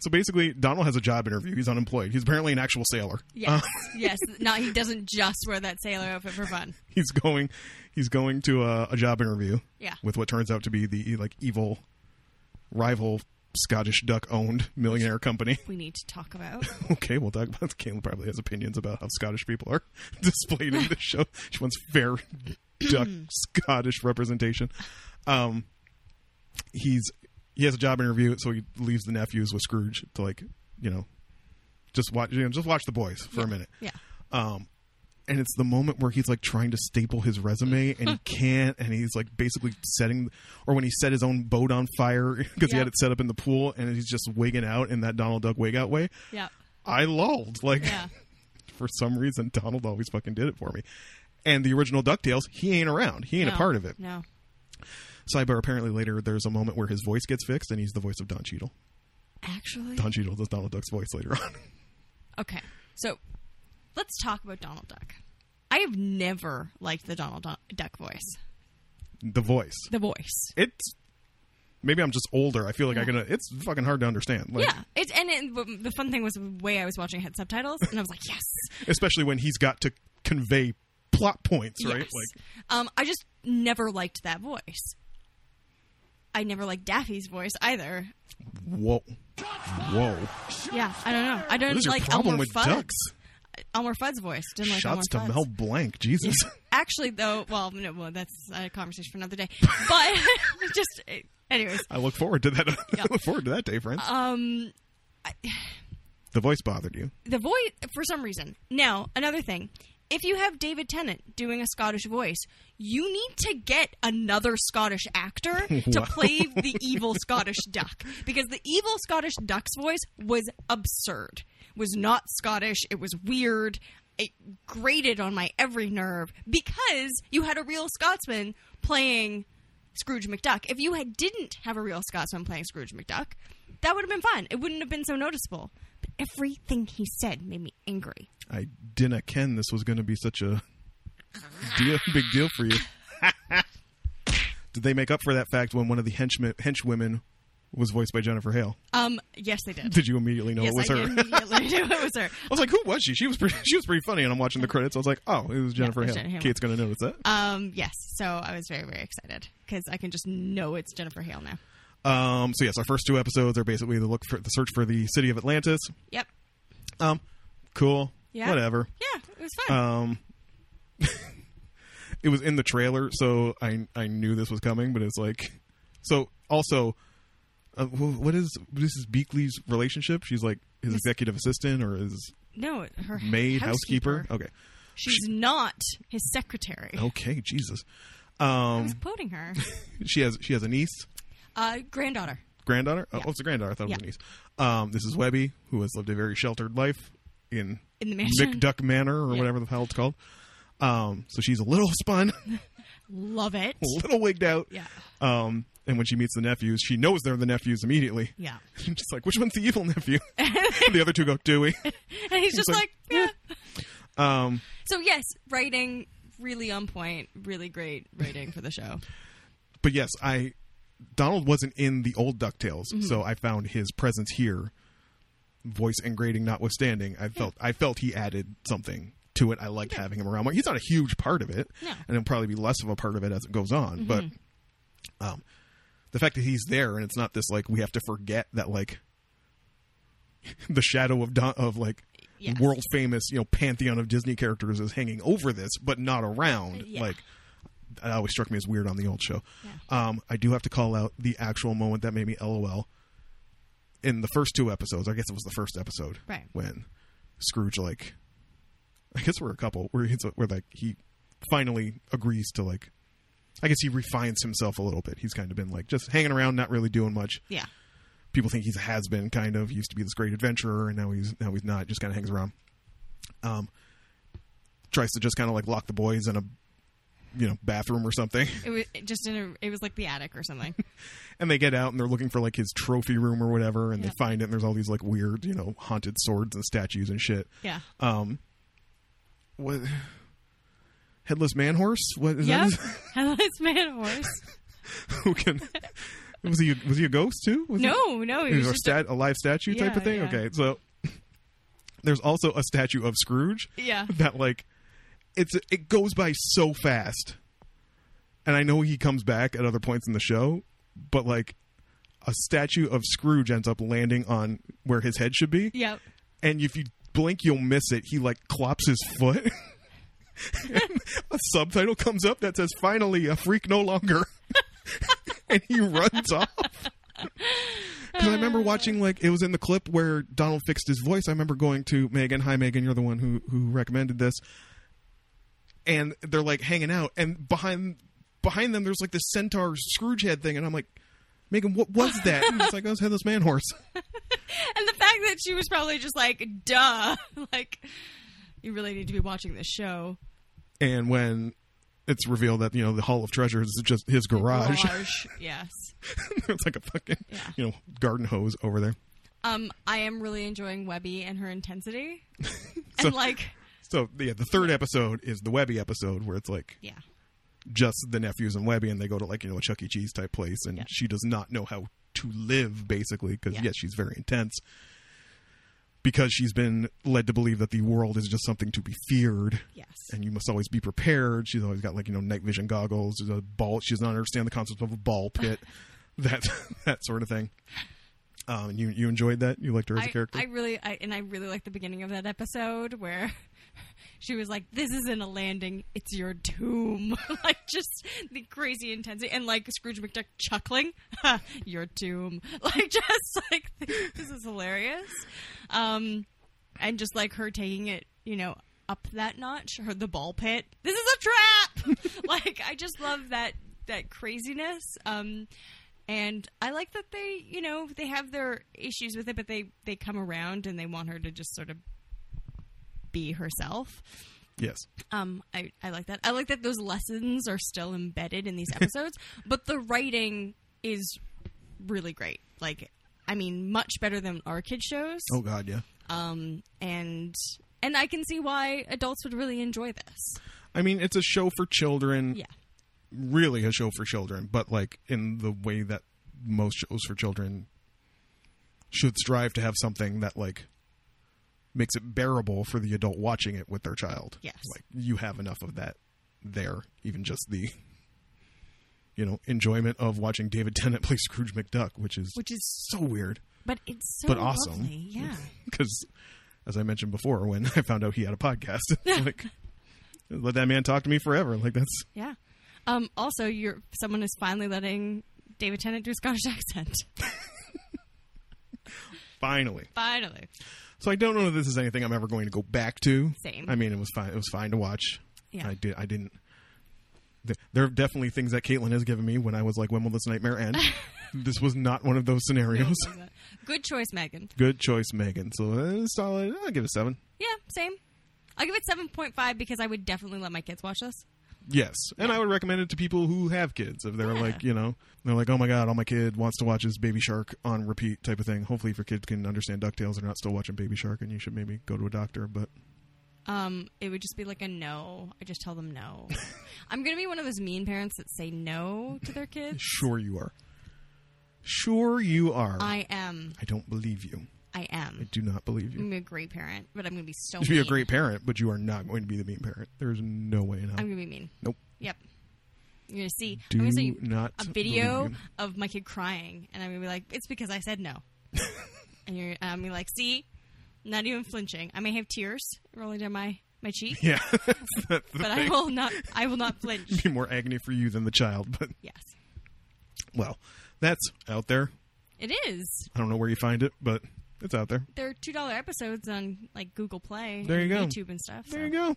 so basically, Donald has a job interview. He's unemployed. He's apparently an actual sailor.
Yes. yes. No, he doesn't just wear that sailor outfit for fun.
he's going he's going to a, a job interview
Yeah.
with what turns out to be the like evil rival Scottish duck owned millionaire company.
We need to talk about.
Okay, we'll talk about Caitlin probably has opinions about how Scottish people are displayed in this show. She wants fair duck Scottish representation. Um he's he has a job interview, so he leaves the nephews with Scrooge to like, you know, just watch you know, just watch the boys for a minute.
Yeah.
Um, and it's the moment where he's like trying to staple his resume and he can't, and he's like basically setting, or when he set his own boat on fire because he
Yeah.
had it set up in the pool, and he's just wigging out in that Donald Duck wig out way.
Yeah.
I lulled like
Yeah.
for some reason Donald always fucking did it for me. And the original Ducktales, he ain't around. He ain't
No.
a part of it.
No.
Sidebar: Apparently, later there's a moment where his voice gets fixed, and he's the voice of Don Cheadle.
Actually.
Don Cheadle does Donald Duck's voice later on.
Okay. So, let's talk about Donald Duck. I have never liked the Donald Du- Duck voice.
the voice.
The voice.
It's maybe I'm just older. I feel like I can. It's fucking hard to understand. Like,
Yeah, it's and it, but the fun thing was the way I was watching it had subtitles, and I was like, yes,
especially when he's got to convey plot points, right?
Yes.
Like
um, I just never liked that voice. I never liked Daffy's voice either.
whoa, whoa.
Yeah, I don't know. I don't
What is your
like
problem
Elmer
with
Fudd's.
ducks?
Elmer Fudd's voice. Didn't like
Shots to
Elmer Fudd's.
Mel Blanc, Jesus.
Actually, though, well, no, well, that's a conversation for another day. But just, eh, anyways,
I look forward to that. I look forward to that day, friends.
um,
the voice bothered you.
the voice for some reason. Now, another thing. If you have David Tennant doing a Scottish voice, you need to get another Scottish actor to
Wow.
play the evil Scottish duck because the evil Scottish duck's voice was absurd. Was not Scottish, it was weird. It grated on my every nerve because you had a real Scotsman playing Scrooge McDuck. If you had, didn't have a real Scotsman playing Scrooge McDuck, that would have been fun. It wouldn't have been so noticeable. But everything he said made me angry.
I didn't ken this was going to be such a deal, big deal for you. Did they make up for that fact when one of the henchmen, henchwomen was voiced by Jennifer Hale?
Um, yes, they did.
Did you immediately know
yes,
it was
I
her?
did immediately knew it was her.
I was like, who was she? She was pretty, she was pretty funny, and I'm watching the credits. I was like, oh, it was Jennifer
it was
Hale.
Jennifer Hale.
Kate's going to notice that.
Um, yes, so I was very, very excited because I can just know it's Jennifer Hale now.
Um, so yes, our first two episodes are basically the look for the search for the city of Atlantis.
Yep.
Um, cool.
Yeah.
Whatever.
Yeah, it was fun.
Um, it was in the trailer, so I I knew this was coming, but it's like so. Also, Uh, wh- what is this? Is Beakley's relationship? She's like his executive assistant or his
No, her
maid,
housekeeper.
housekeeper. Okay, Oh.
She's not his secretary.
okay, Jesus.
I
Um,
was quoting her.
she has she has a niece,
Uh, granddaughter.
granddaughter. Oh,
Yeah.
oh, it's a granddaughter. I thought it was a
Yeah.
niece. Um, this is Webby, who has lived a very sheltered life in
In the mansion.
McDuck Manor or
Yeah.
whatever the hell it's called. Um, so she's a little spun,
Love it.
a little wigged out.
Yeah.
Um, and when she meets the nephews, she knows they're the nephews immediately.
Yeah.
She's like, which one's the evil nephew? the other two go Dewey.
And he's just
like,
like, yeah.
Um,
So, yes, writing really on point, really great writing for the show.
but yes, I Donald wasn't in the old Ducktales,
Mm-hmm.
so I found his presence here, voice and grading notwithstanding. I felt I felt he added something to it. I liked having him around. Like, He's not a huge part of it,
No.
and it'll probably be less of a part of it as it goes on. But
Mm-hmm.
um, the fact that he's there and it's not this like we have to forget that like the shadow of Don- of like.
Yes.
World famous, you know, pantheon of Disney characters is hanging over this, but not around.
Yeah.
Like, that always struck me as weird on the old show.
Yeah.
Um, I do have to call out the actual moment that made me LOL in the first two episodes. I guess it was the first episode
Right.
when Scrooge like, I guess we're a couple where he's where like he finally agrees to like, I guess he refines himself a little bit. He's kind of been like just hanging around, not really doing much.
Yeah.
People think he's a has been kind of He used to be this great adventurer, and now he's now he's not. Just kind of hangs around. Um, tries to just kind of like lock the boys in a, you know, bathroom or something.
It was just in a, it was like the attic or something.
and they get out and they're looking for like his trophy room or whatever and
Yeah.
they find it and there's all these like weird you know haunted swords and statues and shit
Yeah.
um what headless man horse what is that
Yep.
his-
Headless man horse.
who can was he was he a ghost too was
No, no.
he,
He
he was
was
a,
just
stat, a live statue type
Yeah,
of thing
yeah.
okay so there's also a statue of scrooge
yeah.
that like it's it goes by so fast and i know he comes back at other points in the show but like a statue of scrooge ends up landing on where his head should be
Yep.
and if you blink you'll miss it he like clops his foot And a subtitle comes up that says finally a freak no longer and he runs off because i remember watching like it was in the clip where donald fixed his voice i remember going to megan hi megan you're the one who who recommended this and they're like hanging out and behind behind them there's like this centaur scrooge head thing and i'm like megan what was that and it's like oh it's headless man horse
And the fact that she was probably just like, duh. Like, you really need to be watching this show.
and when it's revealed that you know the Hall of Treasures is just his garage.
Garage. Yes.
it's like a fucking
Yeah.
you know garden hose over there.
Um, I am really enjoying Webby and her intensity.
So-
and like,
So yeah, the third episode is the Webby episode where it's like
yeah.
just the nephews and Webby, and they go to like you know a Chuck E. Cheese type place, and
Yeah.
she does not know how to live basically because
Yeah.
yes, she's very intense because she's been led to believe that the world is just something to be feared.
Yes.
and you must always be prepared. She's always got like you know night vision goggles, a ball. She does not understand the concept of a ball pit, that that sort of thing. Um, and you you enjoyed that? You liked her as a
I,
character?
I really, I, and I really like the beginning of that episode where she was like, "This isn't a landing; it's your tomb." like just the crazy intensity, and like Scrooge McDuck chuckling, "Ha, "Your tomb," like just like this is hilarious, um, and just like her taking it, you know. Up that notch, her the ball pit. This is a trap. like I just love that that craziness. Um, and I like that they, you know, they have their issues with it, but they they come around and they want her to just sort of be herself.
yes.
Um, I I like that. I like that those lessons are still embedded in these episodes, but the writing is really great. Like, I mean, much better than our kid shows.
Oh God, yeah.
Um, and and I can see why adults would really enjoy this.
I mean, it's a show for children.
Yeah,
Really, a show for children, but like in the way that most shows for children should strive to have something that like makes it bearable for the adult watching it with their child.
Yes.
Like you have enough of that there, even just the you know, enjoyment of watching David Tennant play Scrooge McDuck, which is
which is
so weird,
but it's so
but awesome.
lovely. Yeah,
Cuz as I mentioned before when I found out he had a podcast, it's like let that man talk to me forever. Like that's
Yeah. Um, also, you're someone is finally letting David Tennant do a Scottish accent.
Finally.
Finally.
So I don't know if this is anything I'm ever going to go back to.
Same.
I mean, it was fine. It was fine to watch.
Yeah.
I did. I didn't. th- There are definitely things that Caitlin has given me when I was like, "When will this nightmare end?" this was not one of those scenarios.
Good choice, Megan.
Good choice, Megan. So uh, solid. I'll give it a seven.
Yeah, same. I'll give it 7.5 because I would definitely let my kids watch this.
Yes, and I would recommend it to people who have kids if they're
Yeah.
like, you know, they're like, "Oh my god, all my kid wants to watch is Baby Shark on repeat" type of thing. Hopefully, if your kid can understand Ducktales, they're not still watching Baby Shark, and you should maybe go to a doctor. But
Um, it would just be like a no. I just tell them no. I'm gonna be one of those mean parents that say no to their kids.
sure, you are. Sure, you are.
I am.
I don't believe you.
I am.
Do not believe
I'm
you.
gonna be a great parent, but I'm gonna be so.
You should be a
mean.
great parent, but you are not going to be the mean parent. There's no way in hell.
I'm gonna be mean.
nope.
Yep. You're gonna see.
Do
I'm gonna see
not
a video
believe you.
of my kid crying, and I'm gonna be like, "It's because I said no." and you're, I'm gonna be like, "See, not even flinching. I may have tears rolling down my my cheek,
Yeah, that's the
but I
thing.
will not. I will not flinch."
be more agony for you than the child. But
yes,
well, that's out there.
it is.
I don't know where you find it, but it's out there.
There are two dollar episodes on like Google Play,
There
and
you go.
YouTube and stuff.
There
so-
you go.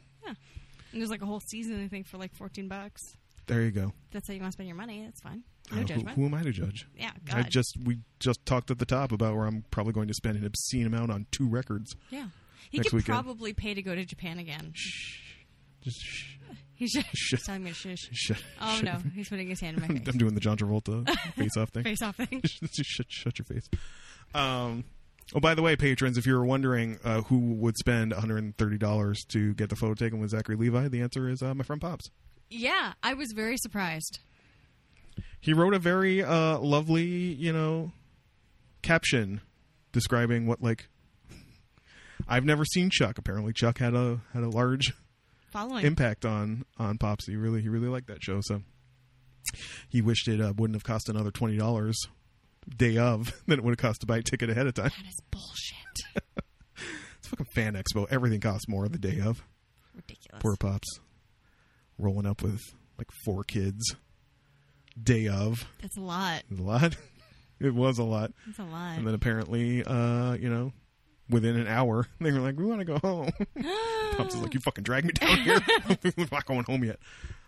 And there's like a whole season, I think, for like fourteen bucks.
There you go.
If That's how you want to spend your money. That's fine.
Uh,
No
who-
judgment.
Who, am I to judge?
yeah,
I
God.
just we just talked at the top about where I'm probably going to spend an obscene amount on two records.
yeah. He
next
could
weekend.
probably pay to go to Japan again.
Shh. Just shh.
He should.
Shit.
Tell him to shush.
Shut,
Oh
shut-
no, he's putting his hand in my
I'm,
face.
doing the John Travolta face-off thing.
Face off thing.
Just shut, shut your face. Um, oh, by the way, patrons, if you were wondering uh, who would spend $130 to get the photo taken with Zachary Levi, the answer is uh, my friend Pops.
Yeah, I was very surprised.
He wrote a very uh, lovely, you know, caption describing what like. I've never seen Chuck. Apparently, Chuck had a had a large
Following.
impact on on Pops. He really he really liked that show. So he wished it uh, wouldn't have cost another twenty dollars day of than it would have cost to buy a ticket ahead of time.
that is bullshit.
It's fucking fan expo. Everything costs more the day of.
Ridiculous.
Poor pops, rolling up with like four kids. Day of
That's a lot.
It was a lot. It was a lot.
That's a lot.
And then apparently, uh, you know, within an hour, they were like, "We want to go home." pops is like, "You fucking drag me down here. we're not going home yet."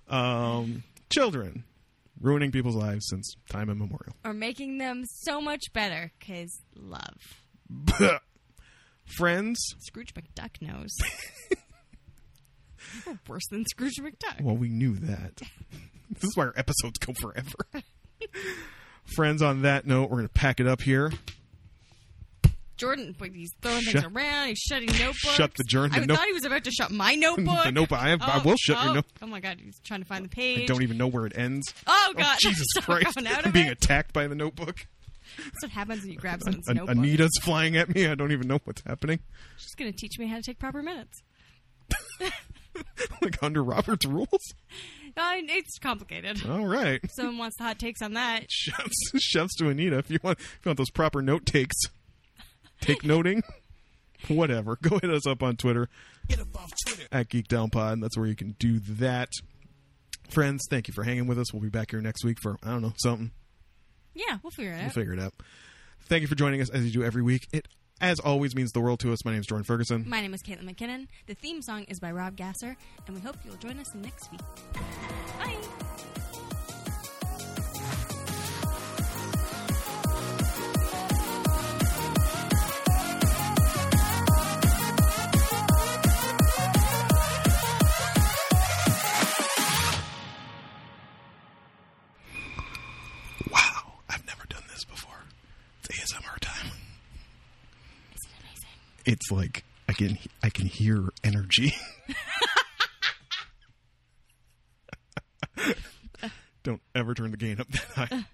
Um, children ruining people's lives since time immemorial.
or making them so much better because love.
Friends
Scrooge McDuck knows. We're Worse than Scrooge McDuck.
Well, we knew that. this is why our episodes go forever. Friends, on that note, we're going to pack it up here.
Jordan, but he's throwing
Shut-
things around. He's shutting notebooks.
Shut the Jordan-
I
the no-
thought he was about to shut my notebook.
The nope, I, I will shut
oh,
your note.
Oh my god, he's trying to find the
I
page.
don't even know where it ends.
oh god,
Jesus
Stop
Christ.
going out
I'm
of
being
it.
attacked by the notebook.
That's what happens when you grab someone's
An-
notebook.
Anita's flying at me. I don't even know what's happening.
She's gonna teach me how to take proper minutes.
like under Robert's rules.
Uh, it's complicated.
All right.
Someone wants the hot takes on that.
Chefs, chefs to Anita. If you want, if you want those proper note takes, take noting, whatever. Go hit us up on Twitter. at Geek Down Pod. That's where you can do that. Friends, thank you for hanging with us. We'll be back here next week for I don't know something.
Yeah, we'll figure it
We'll
out.
figure it out. Thank you for joining us as you do every week. It as always means the world to us. My name is Jordan Ferguson.
My name is Caitlin McKinnon. The theme song is by Rob Gasser, and we hope you'll join us next week. Bye.
Wow, I've never done this before. It's ASMR time.
Isn't it amazing?
It's like I can I can hear energy. Don't ever turn the gain up that high.